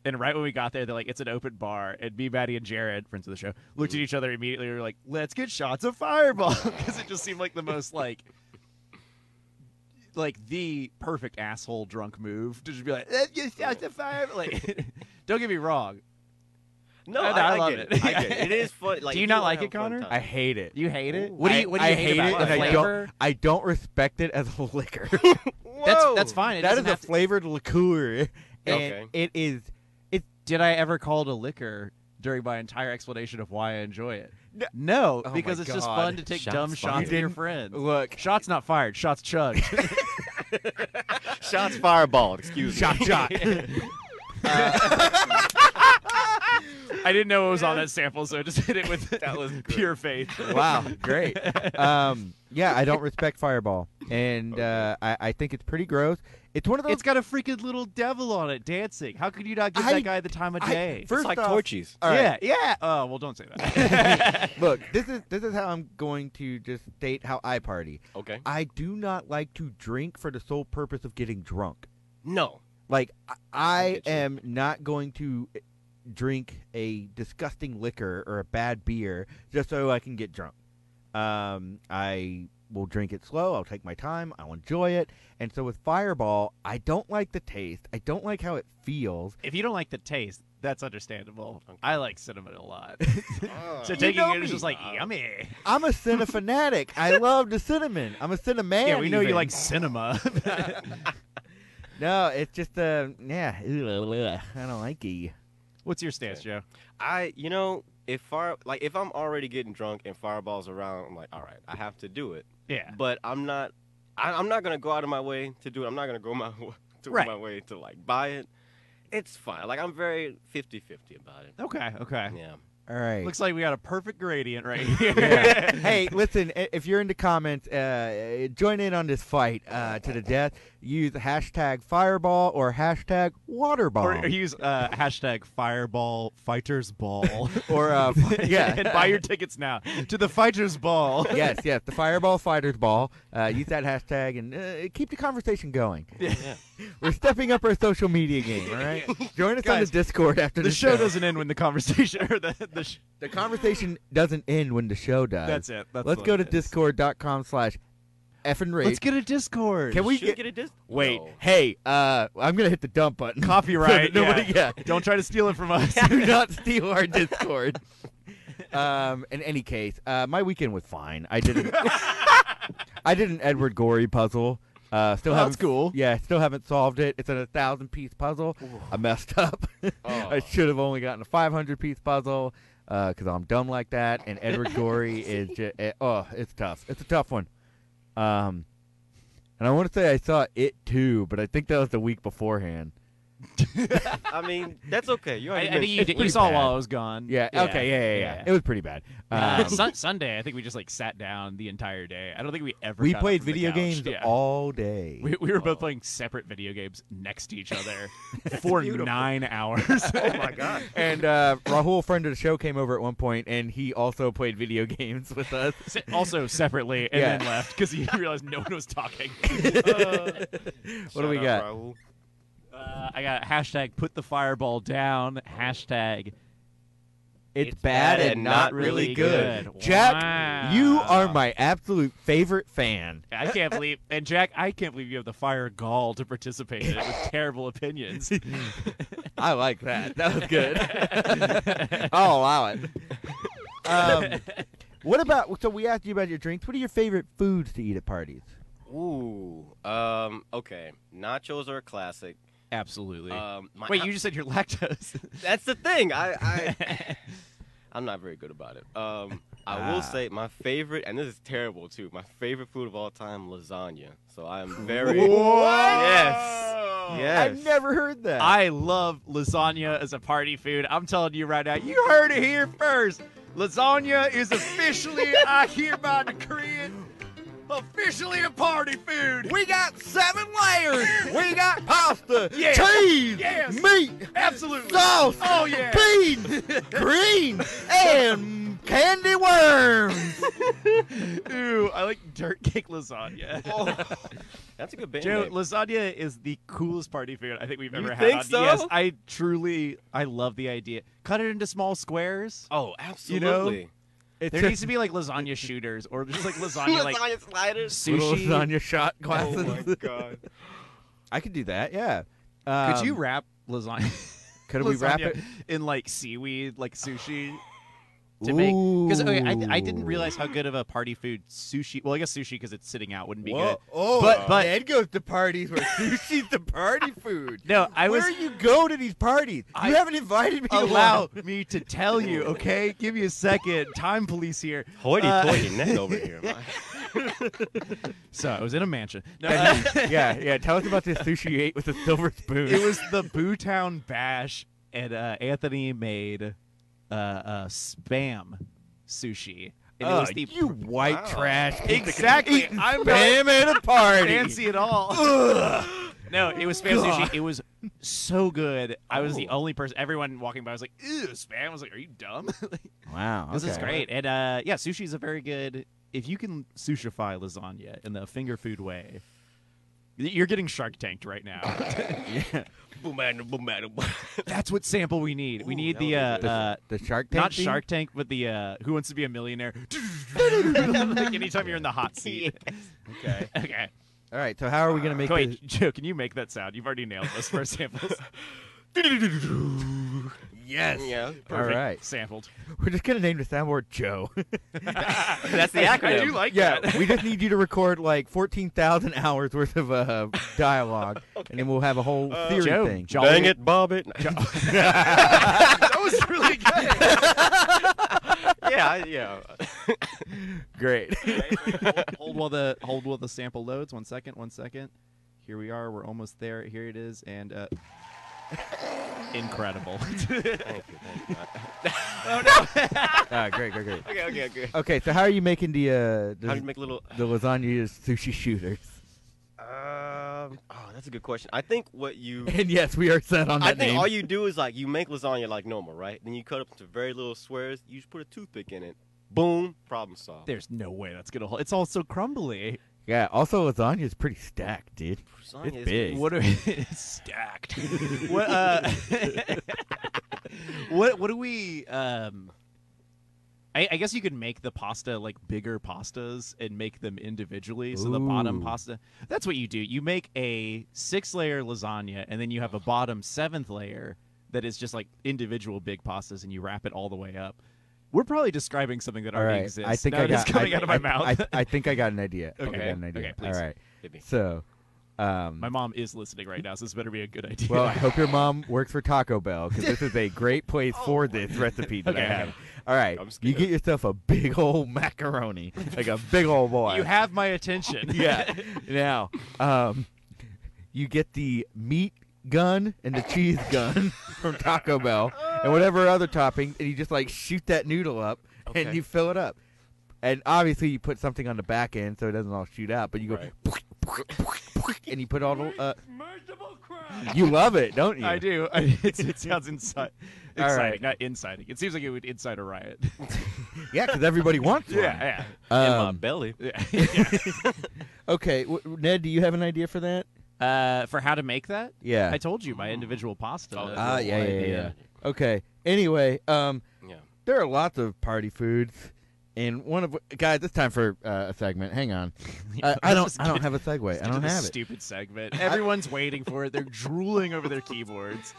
B: and right when we got there, they're like, "It's an open bar." And me, Maddie, and Jared, friends of the show, looked at each other immediately. We were like, "Let's get shots of Fireball," because it just seemed like the most like, like the perfect asshole drunk move to just be like, "Let's get shots of Fireball." Like, don't get me wrong.
D: No,
B: I-
D: I,
B: I
D: I
B: love
D: get
B: it.
D: it. I get it. It is fun. Like,
B: you
D: if
B: not
D: wanna
B: like
D: have
B: it,
D: a fun
B: Connor?
D: time-
A: I hate it.
B: You hate it.
D: Ooh.
B: What do you What do you
A: I
B: hate,
A: hate
B: about
A: it, and
B: the
A: I
B: flavor?
A: don't. I don't respect it as a liquor.
B: That's
D: Whoa!
B: that's fine. It
A: that is
B: doesn't
A: a
B: have to-
A: flavored liqueur, and
D: Okay.
A: it is.
B: did I ever call it a liquor during my entire explanation of why I enjoy it?
A: No.
B: No,
A: Oh my
B: because it's just
A: God.
B: fun to take
D: Shots
B: dumb
D: fired.
B: shots
A: You
B: at your
A: didn't-
B: friends.
A: Look,
B: Shots not fired, shots chugged.
D: Shots fireballed. Excuse me.
A: shot, shot. Uh,
B: I didn't know it was on that sample, so I just hit it with
D: That was good.
B: pure faith.
A: wow, great. Um, yeah, I don't respect Fireball, and uh, I, I think it's pretty gross. It's one of those.
B: It's got a freaking little devil on it dancing. How could you not give
A: I-
B: that guy the time of
A: I-
B: day?
A: first
D: like
A: off-
D: torches.
A: all right,
B: yeah, yeah. Oh, well, don't say that.
A: Look, this is this is how I'm going to just state how I party.
D: Okay.
A: I do not like to drink for the sole purpose of getting drunk.
D: No.
A: Like I, I
D: get you.
A: am not going to eh, drink a disgusting liquor or a bad beer just so I can get drunk. Um, I will drink it slow. I'll take my time. I'll enjoy it. And so with Fireball, I don't like the taste. I don't like how it feels.
B: if you don't like the taste, that's understandable.
D: Okay.
B: I like cinnamon a lot.
D: Ah.
B: so taking
A: know
B: it is
A: me.
B: just like
D: Uh,
B: yummy.
A: I'm a cinna fanatic. I love the cinnamon. I'm a cinnamon.
B: yeah, we know you
A: even.
B: like cinema.
A: No, it's just uh, yeah. I don't like it.
B: What's your stance, Joe?
D: I, you know, if fire, like if I'm already getting drunk and fireballs around, I'm like, all right, I have to do it.
B: Yeah.
D: But I'm not, I, I'm not gonna go out of my way to do it. I'm not gonna go my to
B: Right.
D: my way to like buy it. It's fine. Like I'm very 50-50 about it.
B: Okay, okay.
D: Yeah.
A: All right.
B: Looks like we got a perfect gradient right here.
A: Yeah. hey, listen, i- if you're in the comments, uh, join in on this fight uh, to the death. Use hashtag fireball or hashtag waterbomb.
B: Or use uh, hashtag fireball fighters ball.
A: Or, uh, yeah.
B: and buy your tickets now to the fighters ball.
A: yes, yes, the fireball fighters ball. Uh, use that hashtag and uh, keep the conversation going.
D: Yeah.
A: We're stepping up our social media game, all right? Join us on
B: Guys,
A: the Discord after
B: The
A: this
B: show doesn't end when the conversation or the, the sh-
A: The conversation doesn't end when the show does.
B: that's it. That's
A: Let's
B: what
A: go
B: it
A: to
B: is.
A: discord.com slash effing rage.
B: Let's get a Discord.
A: Can we
D: Should
A: get-
D: a dis?
A: Wait,
D: No.
A: hey, uh, I'm gonna hit the dump button. So that
B: copyright?
A: nobody-
B: yeah.
A: yeah.
B: Don't try to steal it from us.
A: Do not steal our Discord. um, in any case, uh, my weekend was fine. I did. An, I did an Edward Gorey puzzle. Uh, still
B: That's
A: haven't.
B: cool.
A: Yeah, still haven't solved it. It's a thousand piece puzzle. I messed up. I
D: Oh.
A: should have only gotten a five hundred piece puzzle because I'm dumb like that. And Edward Gorey is just oh, it's tough. It's a tough one. Um, and I want to say I saw it too, but I think that was the week beforehand.
D: I mean, that's okay. You
B: I,
D: already
B: I think
D: mentioned
B: you,
D: it.
B: did- you
A: pretty
B: saw
A: bad.
B: while I was gone.
A: Yeah. Okay. Yeah. Yeah. Yeah. It was pretty bad.
B: Uh,
A: Um,
B: Sun- Sunday, I think we just like sat down the entire day. I don't think we ever.
A: we
B: got up
A: played
B: from the
A: video
B: couch.
A: games
B: Yeah.
A: all day.
B: We, we were both
D: Wow.
B: playing separate video games next to each other for nine hours. oh my god!
A: and uh, Rahul, friend of the show, came over at one point, and he also played video games with us.
B: Also separately, and
A: Yeah.
B: then left because he realized no one was talking.
A: what do we
D: Shout
A: got?
D: out, Raul.
B: Uh, I got hashtag put the fireball down. Hashtag
A: It's, bad, and not really good. Jack, you are
B: Wow.
A: my absolute favorite fan.
B: I can't believe and Jack, I can't believe you have the fire gall to participate in it with terrible opinions.
A: I like that. That was good. I'll allow it. Um, what about? So we asked you about your drinks. What are your favorite foods to eat at parties?
D: Ooh. Um. Okay. Nachos are a classic.
B: Absolutely.
A: Uh,
D: Um. my-
B: Wait, you just said you're lactose.
D: That's the thing. I. I I'm not very good about it. Um, I
A: Ah.
D: will say my favorite, and this is terrible too. My favorite food of all time, lasagna. So I am very yes, yes.
A: I've never heard that.
B: I love lasagna as a party food. I'm telling you right now, you heard it here first. Lasagna is officially, I hereby decree it, officially a party food.
A: we got seven layers. we got pasta,
B: Yeah.
A: cheese,
B: Yes.
A: meat,
B: Absolutely.
A: sauce,
B: Oh, yeah.
A: beans, greens, and candy worms.
B: Ooh, I like dirt cake lasagna.
D: That's a good band
B: Joe,
D: name.
B: lasagna is the coolest party food I think we've
D: You
B: ever
D: think
B: had. on-
D: so?
B: Yes, I truly, I love the idea. Cut it into small squares.
D: oh,
B: you know,
D: absolutely.
B: There needs to be like lasagna shooters or just like lasagna like
D: Lasagna sliders.
A: Little
B: sushi.
A: lasagna shot
D: Oh
A: glasses.
D: my god.
A: I could do that. Yeah.
B: Could
A: Um,
B: you wrap lasagna?
A: Could we wrap
B: lasagna
A: it?
B: in like seaweed, like sushi? To make because okay, I, I didn't
A: Ooh.
B: realize how good of a party food sushi. Well, I guess sushi because it's sitting out wouldn't be
A: Whoa.
B: good.
A: Oh,
B: But- but-
A: Ned goes to parties where sushi's the party food.
B: No, I was
A: Where you go to these parties?
B: I-
A: you haven't invited me. to one.
B: allow me to tell you. Okay, give me a second. Time police here.
D: Hoity
B: Uh,
D: toity net over here. man.
B: So I was in a mansion. No, uh,
A: yeah, yeah. Tell us about this sushi you ate with a silver spoon.
B: it was the Bootown Bash, and uh, Anthony made uh, uh, spam sushi. And it was
A: Ugh,
B: the
A: Oh, you white
D: Wow.
A: trash. piece of-
B: Oh, exactly.
A: Eating
B: I'm not
A: spam at a party.
B: fancy at all. no, it was spam sushi. It was so good. I was the only person. Everyone walking by was like, "Ew, spam." I was like, "Are you dumb?" Like,
A: Wow,
B: This is great. And uh, yeah, sushi is a very good. If you can sushify lasagna in the finger food way, y- you're getting Shark Tanked right now.
D: Boom, bada, boom, bada, boom.
B: That's what sample we need. we
D: Ooh,
B: need
D: that
B: the uh,
D: would be good.
B: uh,
A: The Shark Tank.
B: not
A: thing?
B: Shark Tank, but the uh, Who Wants to Be a Millionaire. like anytime you're in the hot seat.
A: Okay.
B: Okay.
A: All right. So how are we gonna make
B: Wait,
A: this?
B: Joe, can you make that sound? You've already nailed those first samples.
A: Yes.
D: yeah.
B: Perfect.
A: right.
B: Sampled.
A: We're just gonna name the soundboard Joe.
D: That's the
B: I do
D: acronym.
B: like
A: yeah.
B: that.
A: we just need you to record like fourteen thousand hours worth of uh, dialogue, and then we'll have a whole theory
B: Joe,
A: thing.
B: Jolly-
D: Bobbit.
B: That was really good.
D: yeah, I- yeah.
A: Great.
B: hold while the hold while the sample loads. One second, one second. Here we are. We're almost there. Here it is, and uh, incredible.
D: Thank you, thank you.
A: Ah, great, great, great.
D: Okay, okay, okay.
A: Okay, so how are you making the uh,
D: How do you
A: the,
D: make little?
A: the lasagna sushi shooters?
D: Um, oh, that's a good question. I think what you
A: And yes, we are set on that
D: I think
A: name.
D: all you do is like you make lasagna like normal, right? Then you cut up into very little squares. You just put a toothpick in it. Boom, problem solved.
B: There's no way that's gonna hold. It's all so crumbly.
A: yeah. Also, lasagna is pretty stacked, dude.
D: Lasagna
A: it's
D: is-
A: big.
B: What are it's stacked? what uh, what what do we um? I, I guess you could make the pasta like bigger pastas and make them individually. So the bottom
A: Ooh.
B: pasta, that's what you do. You make a six layer lasagna and then you have a bottom seventh layer that is just like individual big pastas and you wrap it all the way up. We're probably describing something that
A: All
B: already
A: right,
B: exists.
A: I think
B: now
A: I
B: it is
A: got
B: coming
A: I,
B: out of my
A: I-
B: mouth.
A: I, I think I got an idea. I think I
B: Okay.
A: got an idea.
B: Okay, please.
A: All right.
D: Hit me.
A: So, um,
B: my mom is listening right now, so this better be a good idea.
A: well, I hope your mom works for Taco Bell because this is a great place for this recipe that I
B: Oh Okay.
A: have. All right,
D: I'm
A: you
D: scared.
A: get yourself a big old macaroni, like a big old boy.
B: you have my attention.
A: yeah. Now, um, you get the meat gun and the cheese gun from Taco Bell and whatever other topping, and you just like shoot that noodle up and
D: Okay.
A: you fill it up. And obviously, you put something on the back end so it doesn't all shoot out. But you go, and you put all the. Uh,
C: Merciful crap.
A: you love it, don't you?
B: I do. I, it's, it sounds inside,
A: All right.
B: exciting, not inciting. It seems like it would incite a riot.
A: Yeah, because everybody wants one.
B: yeah,
D: my
A: Um,
D: belly.
B: yeah, yeah.
A: okay, w- Ned, do you have an idea for that?
B: Uh, for how to make that,
A: Yeah.
B: I told you my individual pasta.
D: Oh,
A: Ah, yeah, yeah, yeah, yeah.
D: idea.
A: Okay. Anyway, um,
D: Yeah.
A: there are lots of party foods, and one of guys. It's time for uh, a segment. Hang on, I, I don't. I don't have a segue. I don't have it.
B: Stupid segment. Everyone's waiting for it. They're drooling over their keyboards.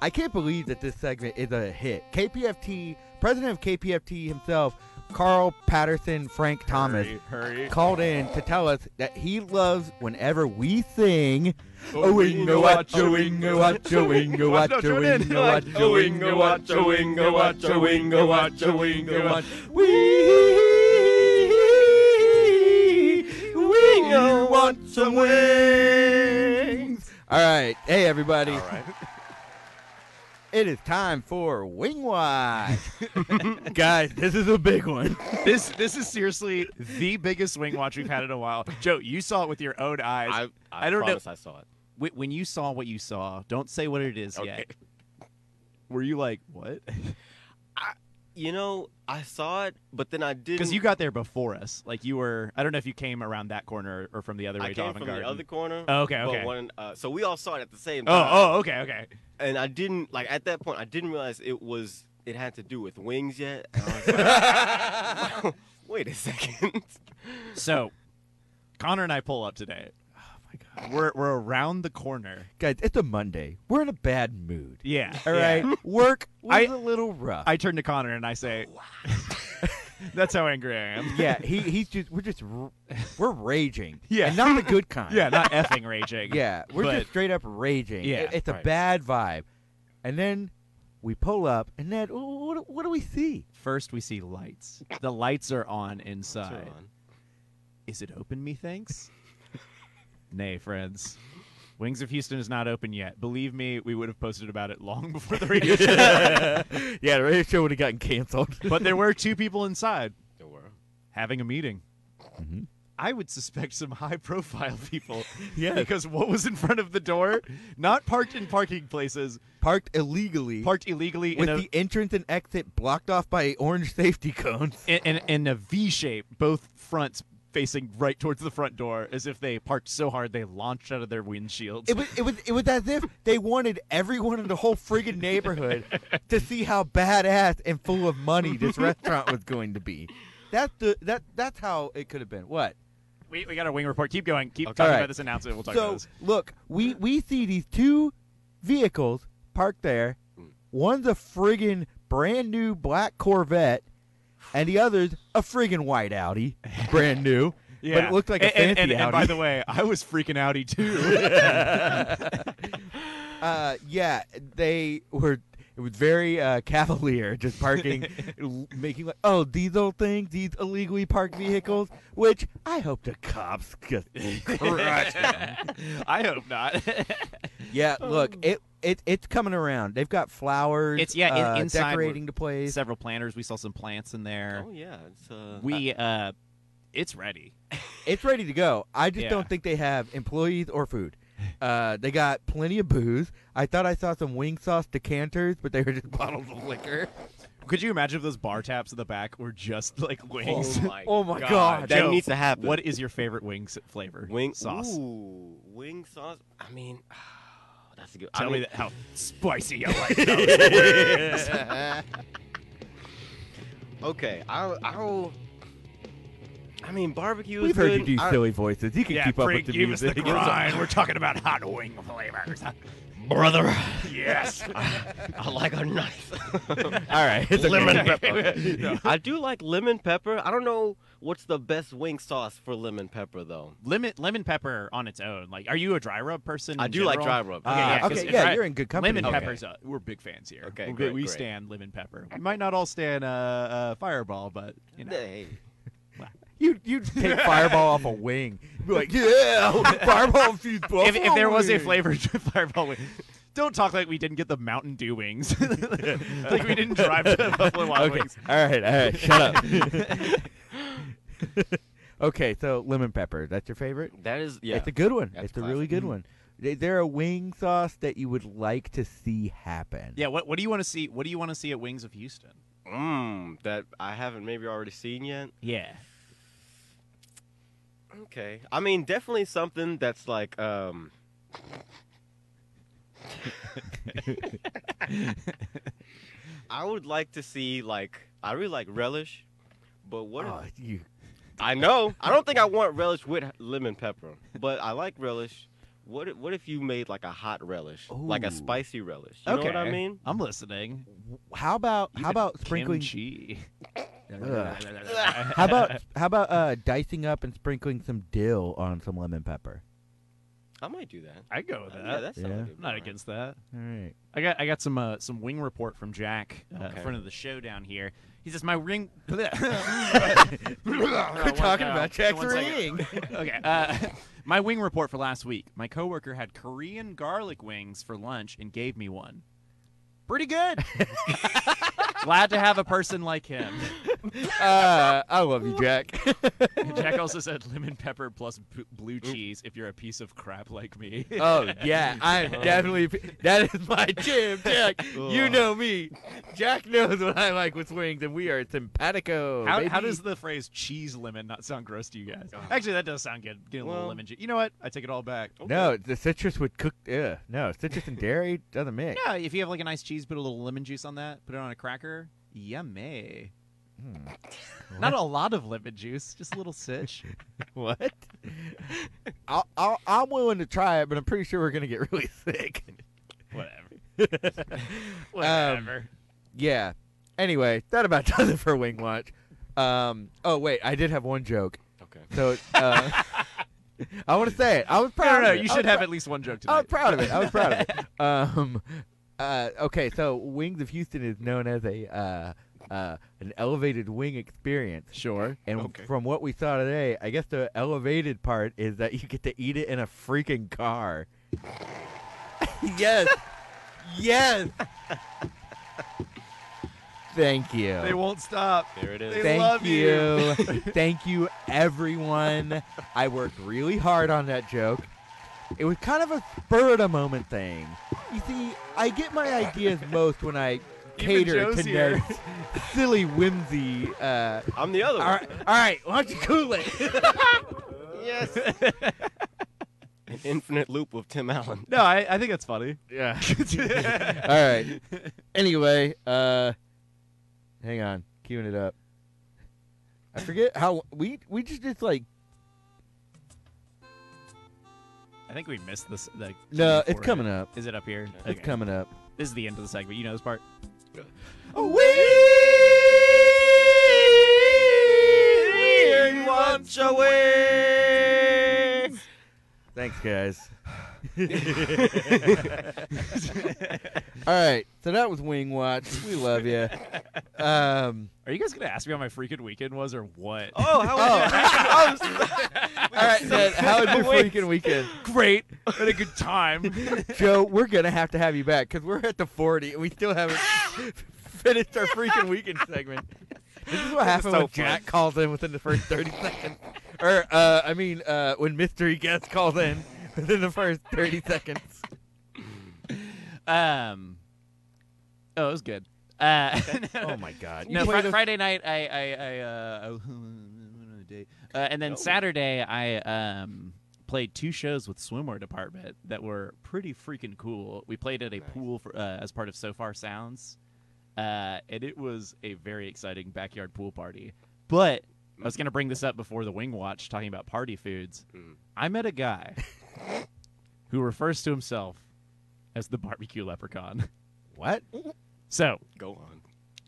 A: I can't believe that this segment is a hit. KPFT president of KPFT himself Carl Patterson Frank Thomas
B: Hurry, hurry.
A: called in to tell us that he loves whenever we sing.
B: Oh,
A: wingo wacho, wingo wacho, wingo wacho, wingo wacho, oh, wingo wacho, wingo wacho, wingo wacho, wingo wacho. We, we want some wings. All right. Hey, everybody.
D: All right.
A: It is time for Wing Watch. Guys, this is a big one.
B: This this is seriously the biggest swing watch we've had in a while. Joe, you saw it with your own eyes.
D: I, I,
B: I don't know-
D: promise I saw it.
B: Wh- when you saw what you saw, don't say what it is
D: Okay.
B: yet. Were you like what?
D: You know, I saw it, but then I didn't.
B: Because you got there before us. Like you were. I don't know if you came around that corner or from the other way
D: I
B: to
D: came from
B: Avant-Garde.
D: the other corner.
B: Oh, okay,
D: but
B: okay.
D: one- uh, so we all saw it at the same
B: oh,
D: time.
B: oh, okay, okay.
D: and I didn't like at that point. I didn't realize it was it had to do with wings yet. And I was like, Wait a second.
B: So, Connor and I pull up today. Oh my god. We're we're around the corner.
A: Guys, it's a Monday. We're in a bad mood.
B: Yeah.
A: All
B: yeah.
A: right. Work
B: I-
A: was a little rough.
B: I turn to Connor and I say,
D: Oh,
B: "That's how angry I am."
A: yeah, he, he's just we're just r- we're raging.
B: Yeah.
A: And not the good kind.
B: Yeah, not effing raging.
A: Yeah, we're
B: But-
A: just straight up raging.
B: Yeah,
A: It- it's a
B: right.
A: bad vibe. And then we pull up, and then wh- what, what do we see?
B: First, we see lights. The lights are on
D: Turn
B: inside.
D: on.
B: Is it open, methinks? Nay, friends. Wings of Houston is not open yet. Believe me, we would have posted about it long before the radio show.
A: yeah, the radio show would have gotten canceled.
B: but there were two people inside
D: There were.
B: having a meeting.
A: Mhm.
B: I would suspect some high profile people.
A: Yes.
B: Because what was in front of the door? Not parked in parking places,
A: Parked illegally,
B: parked illegally
A: with
B: in a
A: the entrance and exit blocked off by orange safety cones.
B: in, in, in a V shape, both fronts facing right towards the front door, as if they parked so hard they launched out of their windshields.
A: It was, it was, it was as if they wanted everyone in the whole friggin' neighborhood to see how badass and full of money this restaurant was going to be. That's the that that's how it could have been. What?
B: we, we got our wing report. Keep going. Keep
D: Okay.
B: talking
A: All right.
B: about this announcement. We'll talk
A: so
B: about this.
A: look, we we see these two vehicles parked there.
B: Mm.
A: One's a friggin' brand new black Corvette, and the other's a friggin' white Audi, brand new. But it looked like a
B: and, and-
A: fancy Audi.
B: and, and by the way, I was freaking outy too.
A: uh, yeah, they were. It was very uh, cavalier, just parking, l- making like, oh, these old things, these illegally parked vehicles, which I hope the cops just crush.
B: I hope not.
A: yeah,
B: Um,
A: look, it, it it's coming around. They've got flowers.
B: It's- yeah, in-
A: uh,
B: inside we're-
A: decorating the place.
B: Several planters. We saw some plants in there.
D: Oh yeah, it's uh.
B: We uh, it's ready.
A: It's ready to go. I just
B: Yeah.
A: don't think they have employees or food. Uh, they got plenty of booze. I thought I saw some wing sauce decanters, but they were just bottles of liquor.
B: Could you imagine if those bar taps at the back were just like wings?
D: oh my,
A: Oh my God.
D: that
B: Joe,
D: needs to happen.
B: What is your favorite wings flavor?
D: wing
B: sauce.
D: Ooh, wing sauce. I mean, that's a good.
B: Tell
D: I mean,
B: me that, how spicy you like those wings.
D: Okay, I'll. I'll I mean, barbecue
A: We've
D: is
A: heard
D: good.
A: you do
D: I-
A: silly voices. You can keep up with the
B: give
A: music.
B: us the grind. We're talking about hot wing flavors.
D: brother.
B: Yes.
D: I like a nice.
A: All right, it's okay.
D: lemon pepper. I do like lemon pepper. I don't know what's the best wing sauce for lemon pepper though.
B: lemon lemon pepper on its own. Like, are you a dry rub person?
D: I
B: in
D: do like
B: general?
D: dry rub.
B: Uh, Okay,
A: Ah,
B: yeah, 'cause
A: okay,
B: if
A: yeah,
B: dry-
A: you're in good company
B: Lemon
A: there.
B: peppers, uh, we're big fans here.
D: Okay,
B: we,
D: great,
B: we
D: great.
B: stand lemon pepper. We might not all stand uh, uh, Fireball, but you know.
D: Hey,
A: You you take fireball off a wing. You'd be like, yeah, fireball infused buffalo.
B: if, if there was a
A: wings."
B: flavor to Fireball wing. Don't talk like we didn't get the Mountain Dew wings. like we didn't drive to Buffalo Wild
A: okay.
B: Wings.
A: All right, all right, shut up. okay, so lemon pepper. That's your favorite.
D: that is yeah.
A: It's a good one.
D: That's
A: it's
D: Mm-hmm.
A: a really good one. Is there a wing sauce that you would like to see happen?
B: Yeah. What What do you want to see? What do you want to see at Wings of Houston?
D: Mmm, that I haven't maybe already seen yet.
B: Yeah.
D: Okay. I mean, definitely something that's like um. I would like to see like I really like relish, but what? if-
A: Oh, you
D: I know I don't think I want relish with lemon pepper, but I like relish. What if, what if you made like a hot relish, like
A: Ooh.
D: a spicy relish? You know what I mean?
B: I'm listening.
A: how about how about sprinkling
B: kimchi?
A: How about how about uh, dicing up and sprinkling some dill on some lemon pepper?
D: I might do that. Uh,
B: I go with Oh, that.
D: Yeah, that sounds
A: Yeah.
D: like it'd
B: I'm
D: be
B: not
D: alright.
B: against that.
A: All right.
B: I got I got some uh, some wing report from Jack uh, in
D: Okay.
B: front of the show down here. He says my ring. Quit
A: Quit talking about Jack's ring.
B: okay. Uh, my wing report for last week. My coworker had Korean garlic wings for lunch and gave me one. Pretty good. Glad to have a person like him.
A: Uh, I love you, Jack.
B: Jack also said lemon pepper plus b- blue cheese if you're a piece of crap like me.
A: oh yeah, I'm definitely that is my jam, Jack. you
D: Ugh.
A: know me. Jack knows what I like with wings, and we are simpatico.
B: How,
A: baby.
B: how does the phrase cheese lemon not sound gross to you guys? Actually, that does sound good. Getting a little
D: Well-
B: lemon juice. You know what? I take it all back.
A: no the citrus would cook? Ugh, no citrus and dairy doesn't mix.
B: Yeah, if you have like a nice cheese, put a little lemon juice on that, put it on a cracker. Yummy. Hmm. Not a lot of lemon juice, just a little sitch.
A: What? I'll, I'll, I'm willing to try it, but I'm pretty sure we're gonna get really sick.
B: Whatever.
A: Whatever. Yeah. Anyway, that about does it for Wing Watch. Um, oh wait, I did have one joke.
D: Okay.
A: So uh, I want to say it. I was
B: no,
A: proud
B: no,
A: of
B: no,
A: it.
B: uh, you
A: I
B: should
A: was
B: have at least one joke
A: I was
B: tonight.
A: proud of it. I was proud of it. Um, uh, okay, so Wings of Houston is known as a uh, uh, an elevated wing experience.
B: Sure.
A: And
B: Okay.
A: from what we saw today, I guess the elevated part is that you get to eat it in a freaking car. yes. yes. Thank you.
B: They won't stop.
D: There it is.
B: They-
A: Thank
B: love
A: you.
B: you.
A: Thank you, everyone. I worked really hard on that joke. It was kind of a spur of the moment thing. You see, I get my ideas most when I
B: Even
A: cater to
B: Joe's
A: Ned's silly whimsy. Uh,
D: I'm the other
A: all
D: one.
A: right, all right, why don't you cool it?
D: Yes. An infinite loop with Tim Allen.
B: No, I, I think that's funny.
A: yeah.
B: yeah,
A: All right. Anyway, uh, hang on, queuing it up. I forget how we we just did like
B: I think we missed this. The
A: no,
B: key
A: it's
B: for
A: coming
B: It.
A: up.
B: Is it up here?
A: It's coming up.
B: This is the end of the segment. You know this part.
A: Wing
D: Watch away.
A: Thanks, guys. All right, so that was Wing Watch. We love you. Um,
B: Are you guys gonna ask me how my freaking weekend was or what?
D: Oh, how
A: Oh.
D: was your
A: all right, Ned, how was your freaking weekend?
B: great! Had a good time.
A: Joe, we're gonna have to have you back because we're at the forty and we still haven't finished our freaking weekend segment. This is what happened
D: so
A: when Jack calls in within the first thirty seconds, or uh, I mean, uh, when mystery guest calls in within the first thirty seconds.
B: Um. Oh, it was good. Uh,
A: Oh my God!
B: No,
A: You
B: Fri-
A: played a-
B: Friday night I I I uh, I- day. uh and then
D: Oh.
B: Saturday I um played two shows with swimwear department that were pretty freaking cool. We played at a
D: Nice.
B: pool for, uh, as part of So Far Sounds, uh, and it was a very exciting backyard pool party. But I was gonna bring this up before the wing watch talking about party foods.
D: Mm.
B: I met a guy who refers to himself as the barbecue leprechaun.
A: what?
B: So
D: Go on.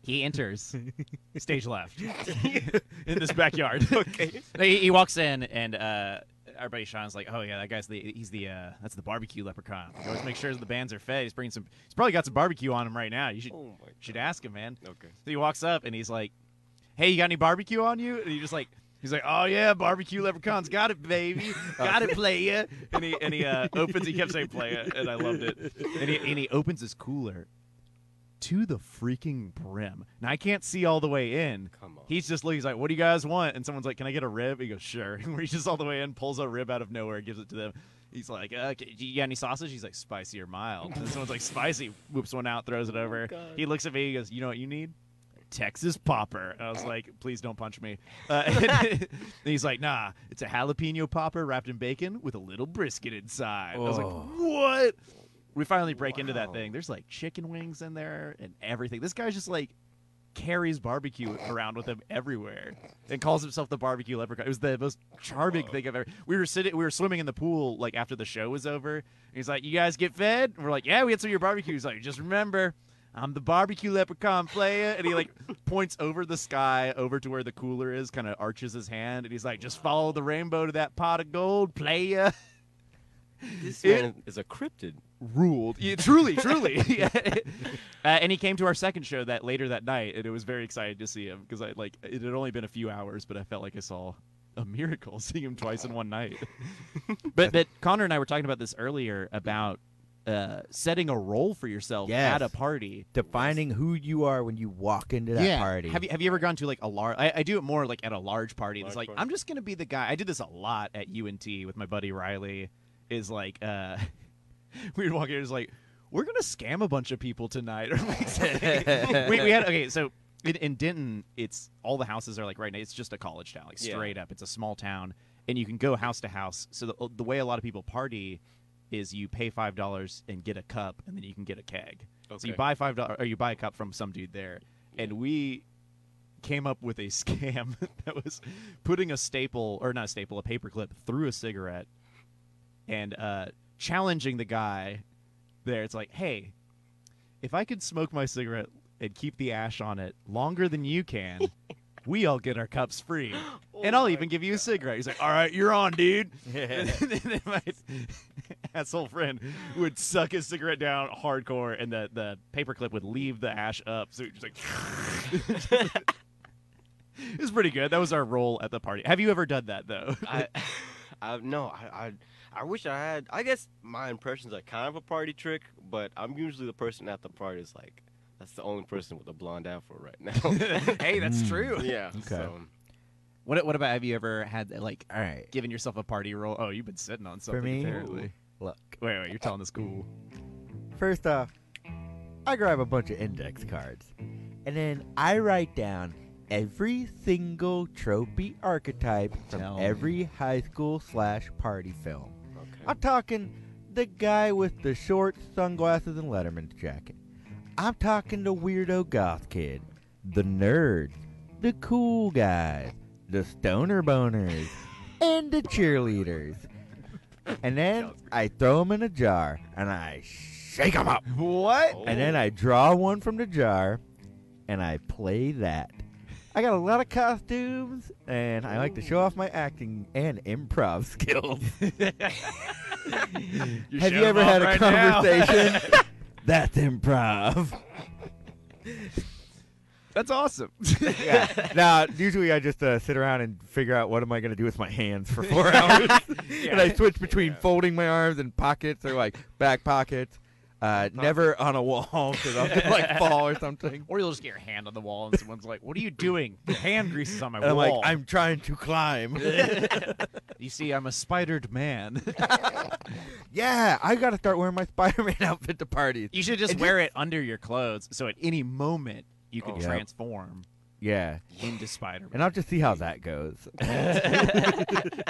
B: he enters stage left in this backyard.
D: Okay.
B: he, he walks in, and uh, our buddy Sean's like, "Oh yeah, that guy's the he's the uh, that's the barbecue leprechaun. He always make sure the bands are fed. He's bringing some. He's probably got some barbecue on him right now. You should
D: Oh my.
B: should ask him, man."
D: Okay.
B: So he walks up and he's like, "Hey, you got any barbecue on you?" And he just like, he's like, "Oh yeah, barbecue leprechauns, got it, baby, got it, playa." And he and he uh, opens. He kept saying playa, and I loved it. And he and he opens his cooler to the freaking brim. Now I can't see all the way in.
D: Come on.
B: He's just he's like, "What do you guys want?" And someone's like, "Can I get a rib?" He goes, "Sure." And reaches all the way in, pulls a rib out of nowhere, gives it to them. He's like, uh, "Okay, "You got any sausage?" He's like, "Spicy or mild?" And someone's like, "Spicy." Whoops one out, throws it over.
D: God.
B: he looks at me. He goes, "You know what you need?" Texas popper. And I was like, "Please don't punch me." Uh, and he's like, "Nah, it's a jalapeno popper wrapped in bacon with a little brisket inside." I was
A: Oh.
B: like, "What?" We finally break into that
D: Wow.
B: thing. There's like chicken wings in there and everything. This guy's just like carries barbecue around with him everywhere and calls himself the barbecue leprechaun. It was the most charming thing I've ever. We were sitting, we were swimming in the pool like after the show was over. And he's like, "You guys get fed?" And we're like, "Yeah, we had some of your barbecue." He's like, "Just remember." I'm the barbecue leprechaun player, and he like points over the sky, over to where the cooler is, kind of arches his hand, and he's like, just follow the rainbow to that pot of gold, player.
D: This
B: It-
D: man is a cryptid.
B: Ruled, yeah, truly, truly. Yeah. uh, and he came to our second show that later that night, and it was very exciting to see him because I like it had only been a few hours, but I felt like I saw a miracle seeing him twice in one night. but but Connor and I were talking about this earlier about uh, setting a role for yourself
A: Yes.
B: at a party.
A: Defining who you are when you walk into that party.
B: Have you have you ever gone to like a large? I, I do it more like at a large party. it's
D: Large
B: like
D: party.
B: I'm just gonna be the guy. I did this a lot at UNT with my buddy Riley. Is like uh, we would walk in. It's like we're gonna scam a bunch of people tonight. Or like something. we, we had okay. So in, in Denton, it's all the houses are like right now. It's just a college town, like
D: Yeah.
B: straight up. It's a small town, and you can go house to house. So the, the way a lot of people party is you pay five dollars and get a cup, and then you can get a keg. So you
D: Okay.
B: buy five dollars or you buy a cup from some dude there, and we came up with a scam that was putting a staple or not a staple, a paperclip through a cigarette, and uh, challenging the guy there. It's like, hey, if I could smoke my cigarette and keep the ash on it longer than you can. We all get our cups free,
D: Oh
B: and I'll even give you a cigarette. He's like, "All right, you're on, dude." and then my asshole friend would suck his cigarette down hardcore, and the the paperclip would leave the ash up. So it was just like, it was pretty good. That was our role at the party. Have you ever done that though?
D: I, I no, I, I, I wish I had. I guess my impressions are kind of a party trick, but I'm usually the person at the party is like, that's the only person with a blonde afro right now.
B: hey, that's true.
D: Mm. yeah.
A: Okay.
D: So,
B: What what about have you ever had like
A: All right.
B: given yourself a party role? Oh, you've been sitting on something
A: me?
B: apparently.
A: Look.
B: Wait, wait, you're telling this cool.
A: First off, I grab a bunch of index cards, and then I write down every single trophy archetype from
B: Tell me.
A: every high school slash party film.
D: okay.
A: I'm talking the guy with the shorts, sunglasses, and Letterman's jacket. I'm talking the weirdo goth kid, the nerds, the cool guys, the stoner boners, and the cheerleaders. And then I throw them in a jar and I shake them up.
B: What?
A: And then I draw one from the jar and I play that. I got a lot of costumes and I like to show off my acting and improv skills. Have you ever had a conversation? That's improv.
B: That's awesome.
A: Yeah. now, usually I just uh, sit around and figure out what am I going to do with my hands for four hours, and I switch between folding my arms in pockets or like back pockets. Uh, never on a wall because I'll just like fall or something.
B: Or you'll just get your hand on the wall and someone's like, "What are you doing? Your hand grease is on my
A: And I'm
B: wall."
A: like, I'm trying to climb.
B: You see, I'm a spidered man.
A: yeah, I got to start wearing my Spider-Man outfit to parties.
B: you should just
A: It
B: wear it under your clothes, so at any moment you can
D: Oh.
A: Yep.
B: transform
A: Yeah,
B: into Spider Man.
A: and I'll just see how that goes.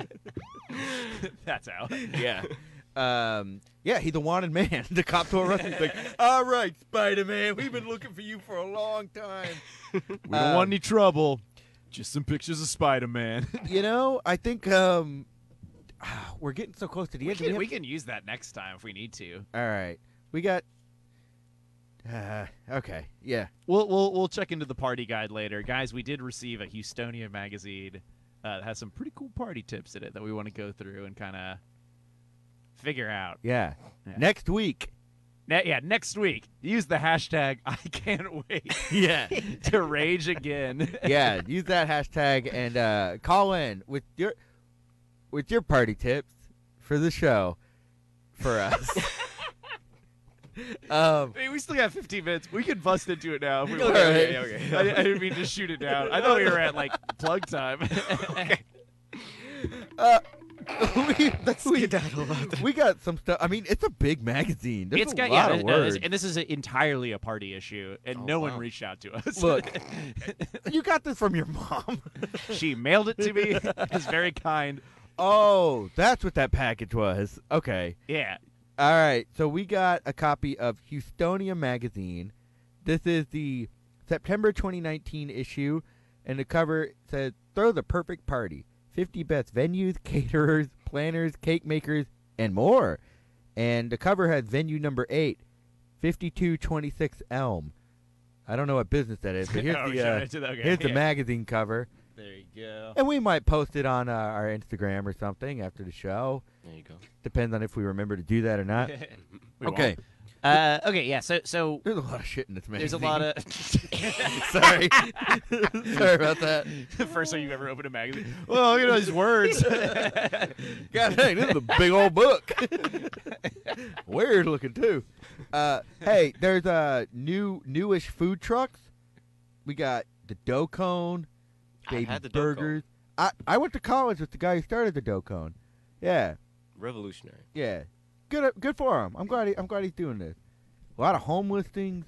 B: That's how.
A: yeah. Um, yeah, he's a wanted man. The cop told us, he's like, all right, Spider-Man, we've been looking for you for a long time.
B: We
A: don't want any
B: trouble. Just some pictures of Spider Man.
A: You know, I think um, ah, we're getting so close to the
B: we,
A: end. Do we
B: can,
A: have-
B: we can use that next time if we need to.
A: All right. We got... Uh, okay, yeah.
B: We'll we'll we'll check into the party guide later, guys. We did receive a Houstonia magazine uh, that has some pretty cool party tips in it that we want to go through and kind of figure out.
A: Yeah.
B: Yeah.
A: Next week.
B: Ne- yeah, next week use the hashtag I can't wait
A: Yeah.
B: to rage again.
A: yeah, use that hashtag and uh, call in with your with your party tips for the show for us. um
B: Hey, we still got 15 minutes. We could bust into it now. If we want.
A: Okay,
D: okay.
B: I, I didn't mean to shoot it down. I thought we were at like plug time.
A: we, we, uh, we got some stuff. I mean, it's a big magazine. There's
B: it's
A: a
B: got
A: lot
B: yeah,
A: of
B: no, this-
A: words.
B: and this is entirely a party issue, and
D: Oh,
B: no
D: wow.
B: one reached out to us.
A: Look. you got this from your mom.
B: she mailed it to me. It was very kind.
A: oh, that's what that package was. Okay.
B: Yeah,
A: All right. So we got a copy of Houstonia magazine. This is the September 2019 issue, and the cover says "Throw the perfect party: 50 best venues, caterers, planners, cake makers, and more." And the cover has venue number eight, 5226 Elm. I don't know what business that is, but here's
B: Oh,
A: the
B: shout
A: uh,
B: out to the- okay,
A: here's the
B: yeah.
A: magazine cover,
B: There you go.
A: and we might post it on uh, our Instagram or something after the show.
D: There you go.
A: Depends on if we remember to do that or not.
B: We won't.
A: okay,
F: Uh, okay, yeah. So, so
A: there's a lot of shit in this magazine.
F: there's a lot of.
A: sorry, sorry about that.
B: the first time you've ever opened a magazine. Well, look at all these words.
A: God dang, this is a big old book. Weird looking too. Uh, hey, there's uh, new newish food trucks. We got the dough cone,
D: I
A: baby
D: had the dough cone.
A: burgers. I I went to college with the guy who started the dough cone. Yeah,
D: Revolutionary.
A: yeah. Good uh, good for him. I'm glad he, I'm glad he's doing this. A lot of home listings.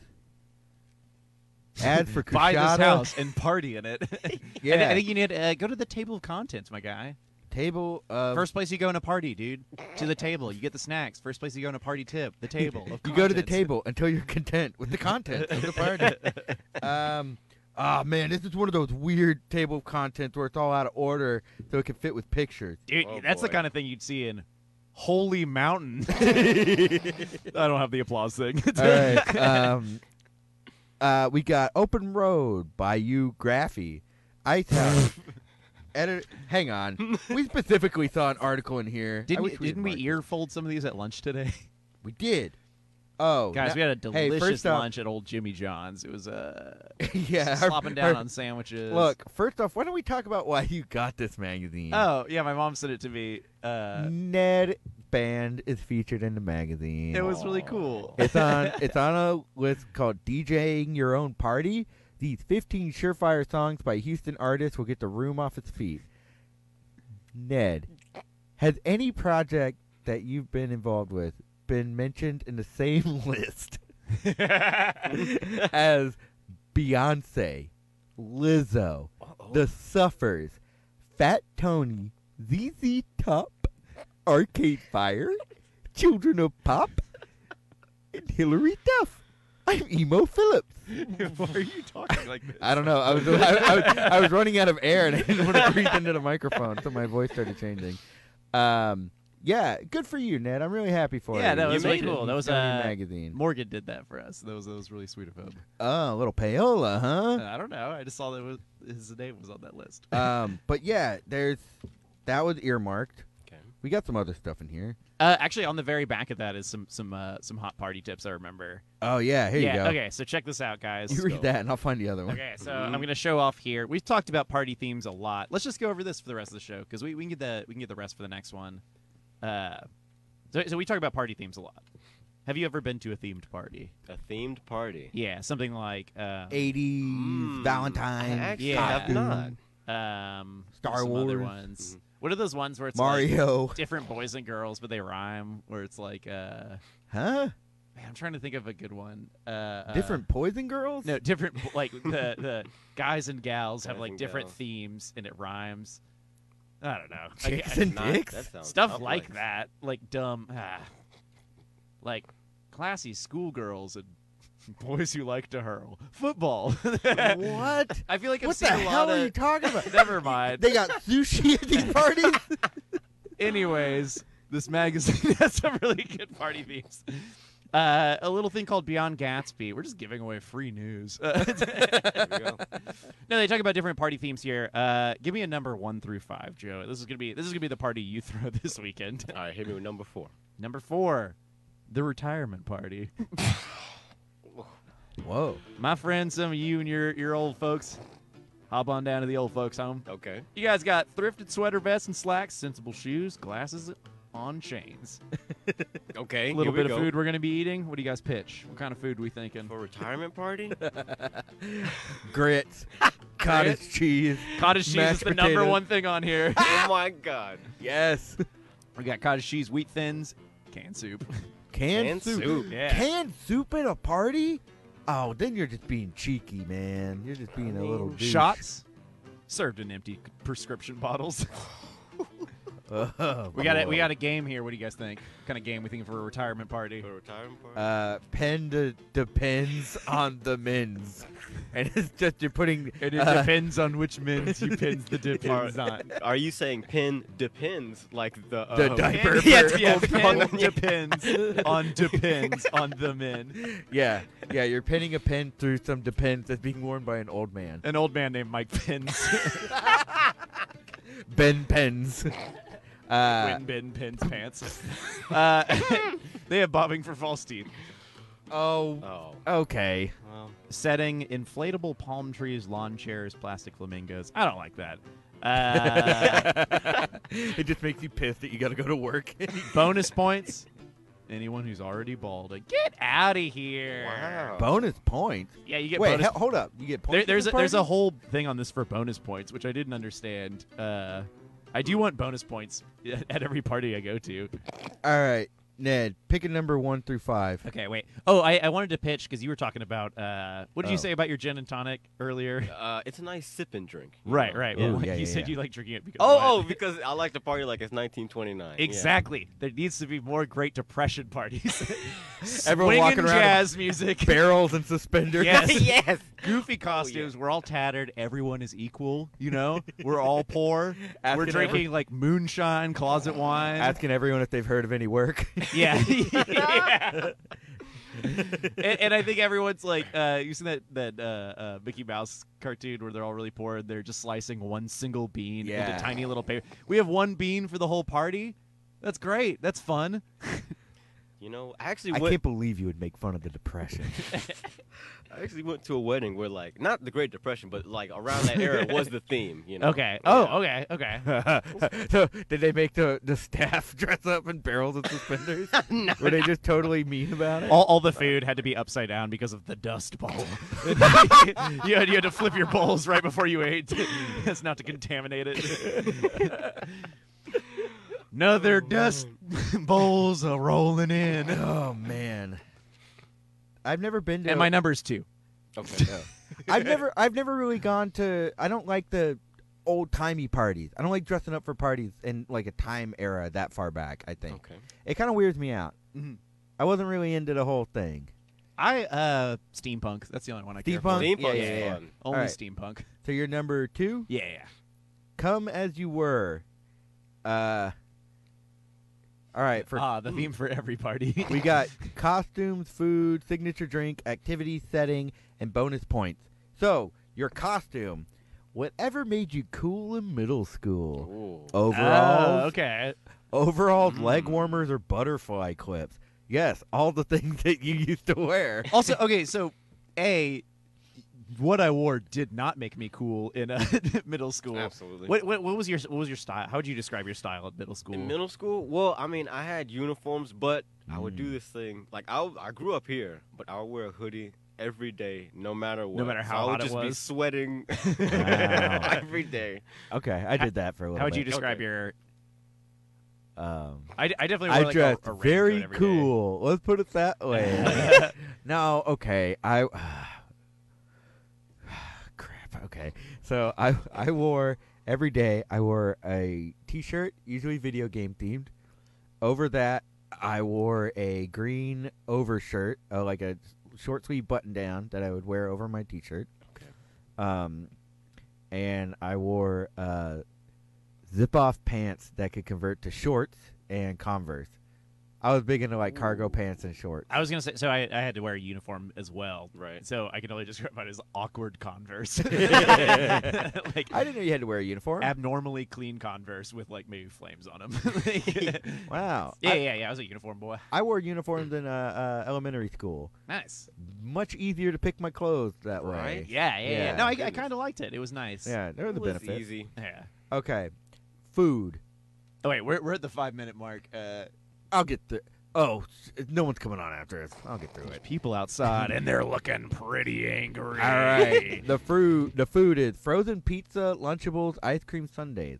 A: Ads for
B: Buy
A: Kushada.
B: this house and party in it. I thi- I,
A: Yeah.
B: think you need uh, go to the table of contents, my guy.
A: Table of
B: First place you go in a party, dude. To the table, you get the snacks. First place you go in a party, tip the table. of
A: You go to the
B: contents.
A: table until you're content with the content of the party. um, ah, man, this is one of those weird table contents where it's all out of order, so it can fit with pictures.
B: Dude,
D: Oh,
B: that's the
D: boy.
B: kind of thing you'd see in Holy Mountain. I don't have the applause thing.
A: All right. Um, uh, we got Open Road by you, Graffy. Ice House. Edit- hang on. We specifically saw an article in here. I
B: Didn't,
A: wish
B: you-
A: we had
B: didn't we
A: marked it.
B: earfold some of these at lunch today?
A: We did. Oh,
B: Guys, we
A: no-
B: had a
A: hey,
B: delicious
A: first off-
B: lunch at old Jimmy John's. It was uh,
A: yeah, our-
B: slopping down
A: our-
B: on sandwiches.
A: Look, first off, why don't we talk about why you got this magazine?
B: Oh, yeah, my mom sent it to me. Uh,
A: Ned Band is featured in the magazine.
B: it was really cool.
A: It's on. it's on a list called "DJing Your Own Party." These 15 surefire songs by Houston artists will get the room off its feet. Ned, has any project that you've been involved with been mentioned in the same list as Beyonce, Lizzo, The Suffers, Fat Tony, ZZ Top, Arcade Fire, Children of Pop, and Hillary Duff. I'm Emo Phillips.
B: Why are you talking like this?
A: I don't know. I was I, I was I was running out of air and I didn't want to breathe into the microphone, so my voice started changing. Um, yeah, good for you, Ned. I'm really happy for
B: Yeah,
A: you.
B: that
A: You
B: was
A: made
B: really
A: it
B: cool. That
A: in
B: was,
A: Sony
B: uh,
A: magazine.
B: Morgan did that for us. That was that was really sweet of him.
A: Oh, a little payola, huh?
B: Uh, I don't know. I just saw that was, his name was on that list.
A: um, but yeah, there's that was earmarked.
D: Okay.
A: We got some other stuff in here.
B: Uh, actually, on the very back of that is some some uh, some hot party tips I remember.
A: Oh yeah, here
B: yeah.
A: you go.
B: Okay, so check this out, guys.
A: You
B: Let's
A: read
B: go.
A: that, and I'll find the other one.
B: Okay, so I'm gonna show off here. We've talked about party themes a lot. Let's just go over this for the rest of the show because we, we can get the we can get the rest for the next one. Uh, so, so we talk about party themes a lot. Have you ever been to a themed party?
D: A themed party.
B: Yeah, something like uh,
A: 80s
D: Mm.
A: Valentine.
D: I actually
B: Hmm. Yeah.
D: have not.
B: um,
A: Star
B: some Other
A: Wars.
B: ones. What are those ones where it's like
A: Mario,
B: different boys and girls, but they rhyme? Where it's like, uh,
A: huh?
B: man, I'm trying to think of a good one. Uh, uh,
A: Different Poison Girls?
B: No, different like the the guys and gals have
D: Guys
B: like
D: and
B: different
D: gals.
B: themes and it rhymes. I don't know. I-
A: Chicks
B: I-
A: and
D: Not-
A: dicks?
D: that sounds
B: stuff
D: complex.
B: like that, like dumb, ah, like classy schoolgirls and boys who like to hurl football.
A: what?
B: I feel like I've
A: what the
B: seen a lot
A: hell are you
B: of.
A: talking about?
B: Never mind.
A: they got sushi at these parties?
B: Anyways, this magazine has some really good party themes. Uh, a little thing called Beyond Gatsby. We're just giving away free news.
D: There we go.
B: No, they talk about different party themes here. Uh, give me a number one through five, Joe. This is gonna be this is gonna be the party you throw this weekend.
D: All right, hit me with number four.
B: number four, the retirement party.
A: Whoa.
B: My friends, some of you and your your old folks, hop on down to the old folks home.
D: Okay.
B: You guys got thrifted sweater vests and slacks, sensible shoes, glasses on chains.
D: Okay.
B: A little
D: here
B: bit
D: we
B: of
D: go.
B: food we're gonna be eating. What do you guys pitch? What kind of food we thinking?
D: for a retirement party.
A: Grits, cottage cheese.
B: Cottage cheese is
A: Mashed
B: the number
A: potatoes.
B: one thing on here.
D: oh my god.
A: Yes.
B: we got cottage cheese, wheat thins, canned soup.
A: Canned,
D: And
A: soup.
D: soup.
B: Yeah.
A: Canned soup at a party? Oh, then you're just being cheeky, man. You're just being a little douche.
B: shots served in empty prescription bottles.
A: Oh,
B: We got a, we got a game here. What do you guys think? kind of game we thinking for a retirement party?
D: For a retirement party.
A: Uh, pen de- depends on the men's, and it's just you're putting.
B: And it
A: uh,
B: depends on which mint you pins the depends on.
D: Are you saying pin depends like the
A: The
D: um,
A: diaper.
B: Yes,
A: for-
B: yeah,
D: pin
B: pin depends on depends on the men.
A: yeah, yeah, you're pinning a pen through some depends that's being worn by an old man.
B: An old man named Mike Pins.
A: Ben pens. Uh,
B: Win bin pins pants. Uh, they have bobbing for false teeth.
A: oh,
D: Oh,
A: okay.
D: well,
B: Setting inflatable palm trees, lawn chairs, plastic flamingos. I don't like that. Uh,
A: it just makes you pissed that you got to go to work.
B: bonus points. Anyone who's already bald, like, get out of here.
D: wow.
A: bonus points.
B: Yeah, you get
A: Wait,
B: bonus.
A: he- hold up. You get points.
B: There-
A: at
B: there's a,
A: this
B: there's a
A: party?
B: whole thing on this for bonus points, which I didn't understand. Uh, I do want bonus points at every party I go to.
A: All right, Ned, pick a number one through five.
F: Okay, wait. Oh, I, I wanted to pitch because you were talking about. Uh,
B: What did you
A: Oh.
B: say about your gin and tonic earlier?
D: Uh, it's a nice sipping drink. you
B: Right,
D: know?
B: right.
A: Yeah.
B: Well,
A: Ooh,
B: what-
A: yeah,
B: you
A: yeah,
B: said
A: yeah.
B: you like drinking it because.
D: Oh, oh,
B: what?
D: because I like to party like it's 1929. yeah.
B: exactly. There needs to be more Great Depression parties.
A: Everyone
B: Swinging
A: walking around in
B: jazz music.
A: Barrels and suspenders.
B: Yes.
F: yes.
B: Goofy costumes. We're all tattered. Everyone is equal. You know, we're all poor. we're
A: Asking every-
B: drinking like moonshine, closet wine.
A: Asking everyone if they've heard of any work.
B: Yeah. Yeah. and, and I think everyone's like, uh, you seen that that uh, uh, Mickey Mouse cartoon where they're all really poor and they're just slicing one single bean
A: Yeah.
B: into tiny little paper. We have one bean for the whole party. That's great. That's fun.
D: You know, I actually
A: I
D: went.
A: can't believe you would make fun of the depression.
D: I actually went to a wedding where like not the Great Depression, but like around that era was the theme. You know.
F: Okay.
D: Yeah.
F: Oh, okay. Okay.
A: so did they make the, the staff dress up in barrels and suspenders? Were they just totally mean about it?
B: All, all the food had to be upside down because of the dust bowl. you, had, you had to flip your bowls right before you ate, as not to contaminate it. Another dust bowls are rolling in.
A: Oh man, I've never been to.
B: And my number's two.
D: Okay. yeah.
A: I've never I've never really gone to. I don't like the old timey parties. I don't like dressing up for parties in like a time era that far back. I think
D: Okay.
A: it kind of weirds me out.
B: Mhm.
A: I wasn't really into the whole thing.
B: I uh steampunk. That's the only one I care for.
A: Steampunk?
D: Steampunk's
A: Yeah, yeah, yeah.
D: fun.
B: Only
A: Alright.
B: steampunk.
A: So you're number two.
B: Yeah, yeah.
A: Come as you were. Uh. All right. For
B: ah, the theme for every party.
A: We got costumes, food, signature drink, activity, setting, and bonus points. So, your costume. Whatever made you cool in middle school.
D: Ooh.
B: Ah,
A: Overalls,
F: Oh, okay.
A: overalls, leg warmers, or butterfly clips. Yes, all the things that you used to wear.
B: also, okay, so a what I wore did not make me cool in uh, middle school.
D: Absolutely.
F: What, what, what was your what was your style? How would you describe your style at middle school?
D: In middle school, well, I mean, I had uniforms, but I would
A: Mm.
D: do this thing. Like I, I grew up here, but I would wear a hoodie every day, no matter what.
F: matter
D: So
F: how
D: I would
F: hot it
D: just be
F: was?
D: sweating every day.
A: Okay, I did that for a little
F: How would you
A: bit.
F: describe
D: Okay.
F: your?
A: Um,
F: I, I definitely wore
A: I
F: like
A: dressed
F: a, a raincoat
A: very
F: every day.
A: cool. Let's put it that way. no, okay. I crap. Okay, so I I wore every day. I wore a t-shirt, usually video game themed. Over that, I wore a green overshirt, uh, like a short sleeve button down that I would wear over my t-shirt. Okay. Um, and I wore uh, zip off pants that could convert to shorts and Converse. I was big into like cargo pants and shorts.
F: I was gonna say so. I, I had to wear a uniform as well,
D: Right.
F: so I can only describe it as awkward Converse, like
A: I didn't know you had to wear a uniform.
F: abnormally clean Converse with like maybe flames on them.
A: wow.
F: yeah,
A: I,
F: yeah, yeah. I was a uniform boy.
A: I wore uniforms in uh, uh, elementary school.
F: Nice.
A: Much easier to pick my clothes that
D: Right.
A: way.
F: Yeah, yeah, yeah.
A: Yeah.
F: No, I, I kind of liked it. It was nice.
A: Yeah, there were the
D: It was
A: benefits.
D: easy.
F: Yeah.
A: Okay. Food.
B: Oh wait, we're we're at the five minute mark. Uh,
A: I'll get the. Oh, s- no one's coming on after us. I'll get through it.
B: people outside and
F: they're looking pretty angry.
A: All right. the fruit. The food is frozen pizza, Lunchables, ice cream sundaes.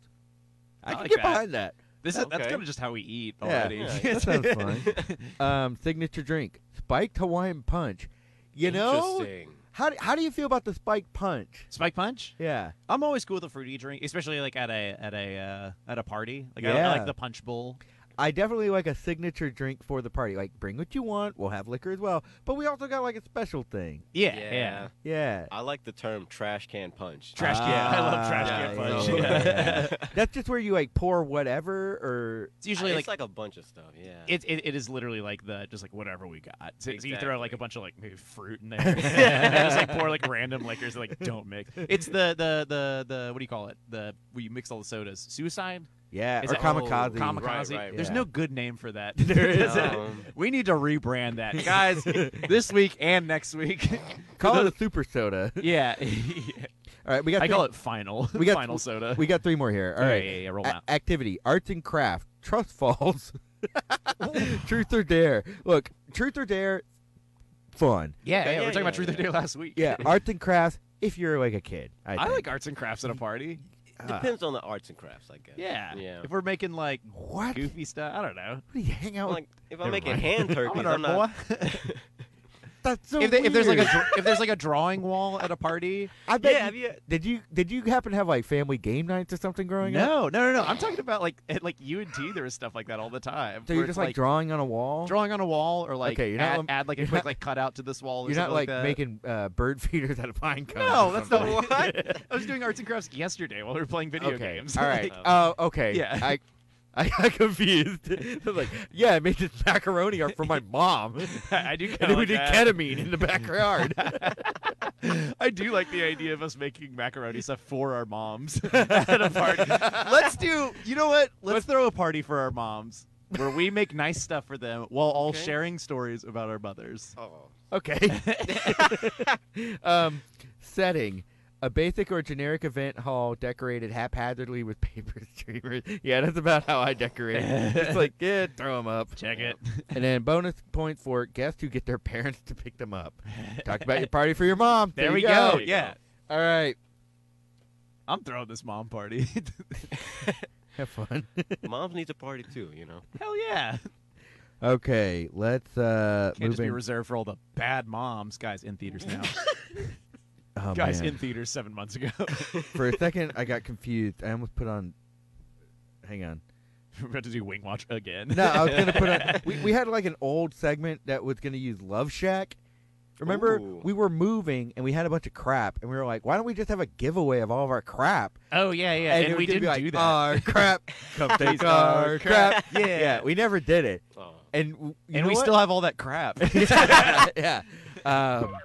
A: I,
F: I
A: can
F: like
A: get
F: that.
A: behind that.
F: This is, that's
D: Okay.
F: kind of just how we eat
A: Yeah.
F: already.
D: Yeah,
A: That sounds fun. um, signature drink: spiked Hawaiian punch. You know
D: Interesting.
A: How do, how do you feel about the spike punch?
B: Spike punch.
A: Yeah.
B: I'm always cool with a fruity drink, especially like at a at a uh, at a party. Like I- I,
A: Yeah.
B: like the punch bowl.
A: I definitely like a signature drink for the party. Like, bring what you want. We'll have liquor as well. But we also got like a special thing.
B: Yeah,
D: Yeah.
B: yeah.
A: Yeah.
D: I like the term trash can punch.
F: Trash can. I love trash
A: Ah,
F: can
D: yeah,
F: punch.
D: yeah,
F: Yeah.
A: yeah. That's just where you like pour whatever or
B: It's usually
D: it's
B: like,
D: like a bunch of stuff. Yeah.
B: it, it it is literally like the just like whatever we got. So, so you throw like a bunch of like maybe fruit in there, and just like pour like random liquors that like don't mix. It's the the the the what do you call it? The where you mix all the sodas. Suicide.
A: yeah
B: Is
A: or
B: it- Oh,
A: kamikaze.
B: Kamikaze.
D: Right, right,
B: There's
A: yeah.
B: no good name for that. There is.
D: Um,
B: We need to rebrand that, guys. this week and next week.
A: Call it a super soda.
B: yeah.
A: All right, we got
B: I
A: three,
B: call it final.
A: We got-
B: final soda. Uh,
A: we got three more here. All
B: Yeah,
A: right.
B: yeah, yeah, roll
A: A-
B: out.
A: activity, arts and craft, trust falls. truth or dare. Look, truth or dare fun.
B: Yeah, yeah,
D: yeah,
B: we're talking about
D: yeah,
B: Truth or
D: yeah.
B: Dare last week.
A: Yeah, arts and crafts if you're like a kid. I,
B: I
A: think.
B: like arts and crafts at a party.
D: depends on the arts and crafts, I guess.
B: Yeah.
D: Ah. Yeah.
B: If we're making like
A: what?
B: goofy stuff, I don't know.
A: What do you hang out
D: Like if I'm
A: Never
D: making
A: mind.
D: hand turkeys, I'm, not.
A: with? That's so
B: if, they, if there's like a
A: weird.
B: dr- if there's like a drawing wall at a party.
A: I bet
D: Yeah.
A: you-
D: Have you?
A: Did you did you happen to have like family game nights or something growing up?
B: No, no, no, no. I'm talking about like at like U and T. There was stuff like that all the time.
A: So
B: where
A: you're
B: it's,
A: just like, drawing on a wall.
B: drawing on a wall or like
A: Okay, you're not
B: add,
A: lim-
B: add like a
A: you're
B: quick
A: not-
B: like cutout to this wall. Or
A: you're not
B: something
A: like,
B: that.
A: making uh, bird feeders out of pine cones.
B: No,
A: or
B: that's
A: something.
B: not what. I was doing arts and crafts yesterday while we were playing video
A: okay.
B: games.
A: All right.
B: Like,
A: Oh, okay.
B: Yeah.
A: I, I got confused. I was like, yeah, I made this macaroni art for my mom, and
B: I do. kinda
A: then we
B: like
A: did
B: that.
A: ketamine in the backyard.
B: I do like the idea of us making macaroni stuff for our moms at a party. Let's do. You know what? Let's throw a party for our moms where we make nice stuff for them while all
D: Okay.
B: sharing stories about our mothers.
D: Oh.
A: okay. um, setting. A basic or generic event hall decorated haphazardly with paper streamers. Yeah, that's about how I decorate. It's like, yeah, throw them up.
B: Check it.
A: And then bonus point for guests who get their parents to pick them up. Talk about your party for your mom.
B: There,
A: you
B: we
A: go.
B: go.
D: There you
B: Yeah.
A: All right.
B: I'm throwing this mom party.
A: Have fun.
D: Moms need to party too, you know.
B: Hell yeah.
A: Okay, let's uh
B: Can't just
A: move
B: be
A: in.
B: reserved for all the bad moms. Guys in theaters now.
A: Oh,
B: Guys
A: man.
B: in theaters seven months ago.
A: for a second I got confused. I almost put on Hang on.
B: We're about to do Wing Watch again.
A: No, I was going to put on we, we had like an old segment that was going to use Love Shack. Remember,
D: Ooh.
A: we were moving and we had a bunch of crap and we were like, why don't we just have a giveaway of all of our crap?
B: Oh yeah, yeah.
A: And,
B: And,
A: it would
B: we
A: just
B: didn't
A: be like,
B: do that.
A: Our crap. Come take
B: our
A: our crap.
B: Yeah.
A: Yeah, we never did it.
D: Oh.
A: And w- you
B: and
A: know
B: we
A: what?
B: still have all that crap.
A: yeah. Um,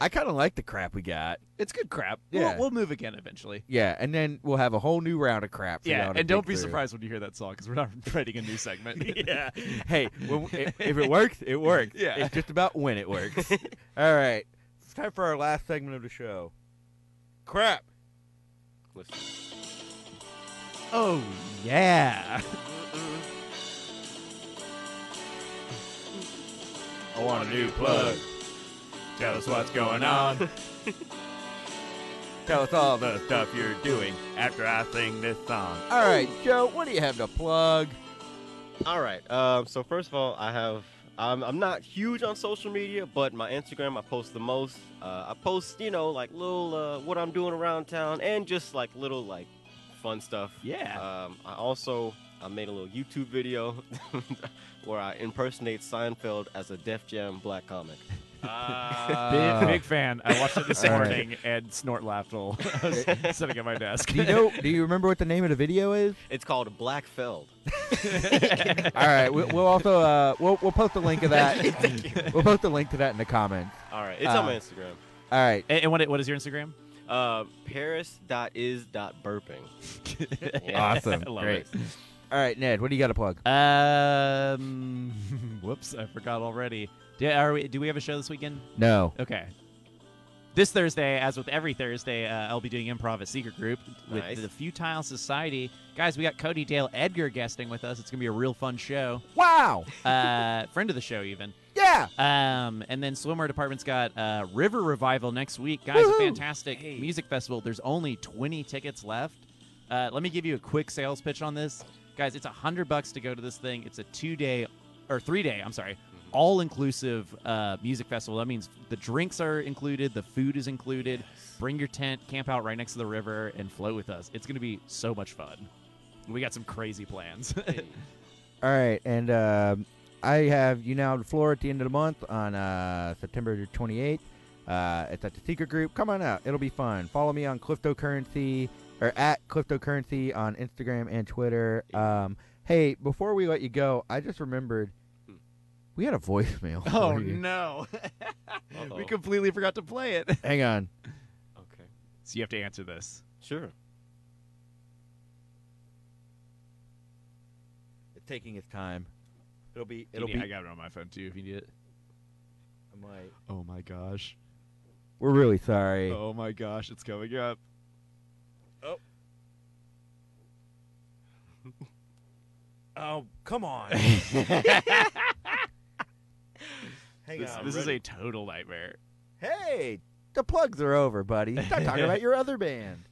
A: I kind of like the crap we got.
B: it's good crap.
A: Yeah.
B: We'll, we'll move again eventually.
A: Yeah, and then we'll have a whole new round of crap. For
B: Yeah,
A: y'all to
B: and don't
A: dig
B: be
A: through.
B: surprised when you hear that song because we're not writing a new segment. yeah.
A: Hey, when, i- if it works, it works.
B: Yeah.
A: It's just about when it works. All right. It's time for our last segment of the show. Crap.
D: Listen.
B: Oh yeah.
F: I want a new plug. Tell us what's going on. Tell us all the stuff you're doing after I sing this song.
A: All right, Joe, what do you have to plug?
D: All right. Um, so first of all, I have I'm, I'm not huge on social media, but my Instagram I post the most. Uh, I post you know like little uh, what I'm doing around town and just like little like fun stuff.
B: Yeah.
D: Um, I also I made a little YouTube video where I impersonate Seinfeld as a Def Jam black comic.
B: big, big fan. I watched it this
A: All right.
B: morning and snort laughed all I was sitting at my desk.
A: Do you know? Do you remember what the name of the video is?
D: It's called Black Feld.
A: All right, we, we'll also uh, we'll we'll post a link of that. we'll post a link to that in the comments.
D: All right. It's
A: Uh,
D: on
E: Um,
D: my Instagram.
A: All right,
B: and, and what, i- what is your Instagram?
D: Uh, Paris.is.burping.
A: awesome,
B: I love
A: great. All right, Ned, what do you got to plug?
B: it. Um, whoops, I forgot already. Do, are we, do we have a show this weekend?
A: No.
B: Okay. This Thursday, as with every Thursday, uh, I'll be doing improv at Secret Group with
D: Nice.
B: the Futile Society. Guys, we got Cody Dale Edgar guesting with us. It's going to be a real fun show.
A: Wow.
B: Uh, friend of the show, even.
A: Yeah.
B: Um, and then Swimwear Department's got uh, River Revival next week. Guys, a
A: Woohoo!
B: fantastic music festival. There's only 20 tickets left. Uh, let me give you a quick sales pitch on this. Guys, it's 100 bucks to go to this thing. It's a two day or three day, I'm sorry,
F: all inclusive uh, music festival. That means the drinks are included, the food is included. Bring your tent, camp out right next to the river, and float with us. It's going to be so much fun. We got some crazy plans.
A: All right, and um I have you now the floor at the end of the month on uh, September 28th. Uh, it's at the Secret Group. Come on out; it'll be fun. Follow me on Cryptocurrency or at Cryptocurrency on Instagram and Twitter. Um, hey, before we let you go, I just remembered we had a voicemail.
B: Oh
A: for you.
B: no,
D: Uh-oh.
B: we completely forgot to play it.
A: Hang on.
D: Okay.
B: So you have to answer this.
D: Sure.
A: It's taking its time. It'll be.
B: It'll
A: It'll
B: I
A: be.
B: got it on my phone too. If you need it.
A: I'm like,
B: Oh my gosh.
A: We're really sorry.
B: Oh my gosh, it's coming up.
A: Oh, come on. Hang
B: This,
A: on.
B: this is a total nightmare.
A: Hey, the plugs are over, buddy. Stop talking about your other band.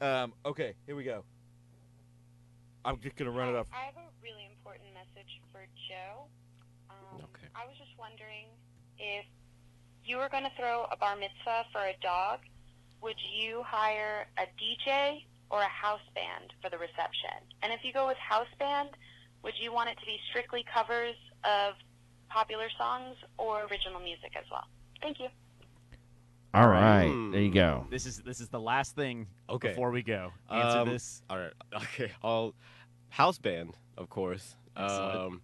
A: Um. Okay. Here we go. I'm just gonna run it
G: Hi,
A: off.
G: I have a really important message for Joe. Um,
D: Okay.
G: I was just wondering if you were going to throw a bar mitzvah for a dog, would you hire a DJ or a house band for the reception? And if you go with house band, would you want it to be strictly covers of popular songs or original music as well? Thank you.
E: All
D: right,
E: right,
D: Hmm.
E: there you go.
F: this is this is the last thing
D: Okay.
F: before we go. Answer
D: Um,
F: this.
D: All right. Okay. All house band, of course.
F: Excellent.
D: Um,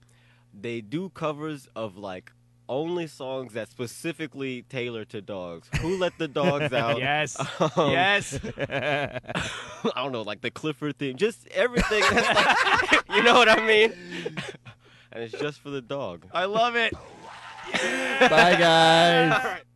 D: they do covers of like only songs that specifically tailor to dogs. Who let the dogs out?
F: Yes.
D: Um,
F: yes.
D: I don't know, like the Clifford theme, just everything. That's like, you know what I mean? and it's just for the dog.
B: I love it.
A: Bye, guys.
D: right.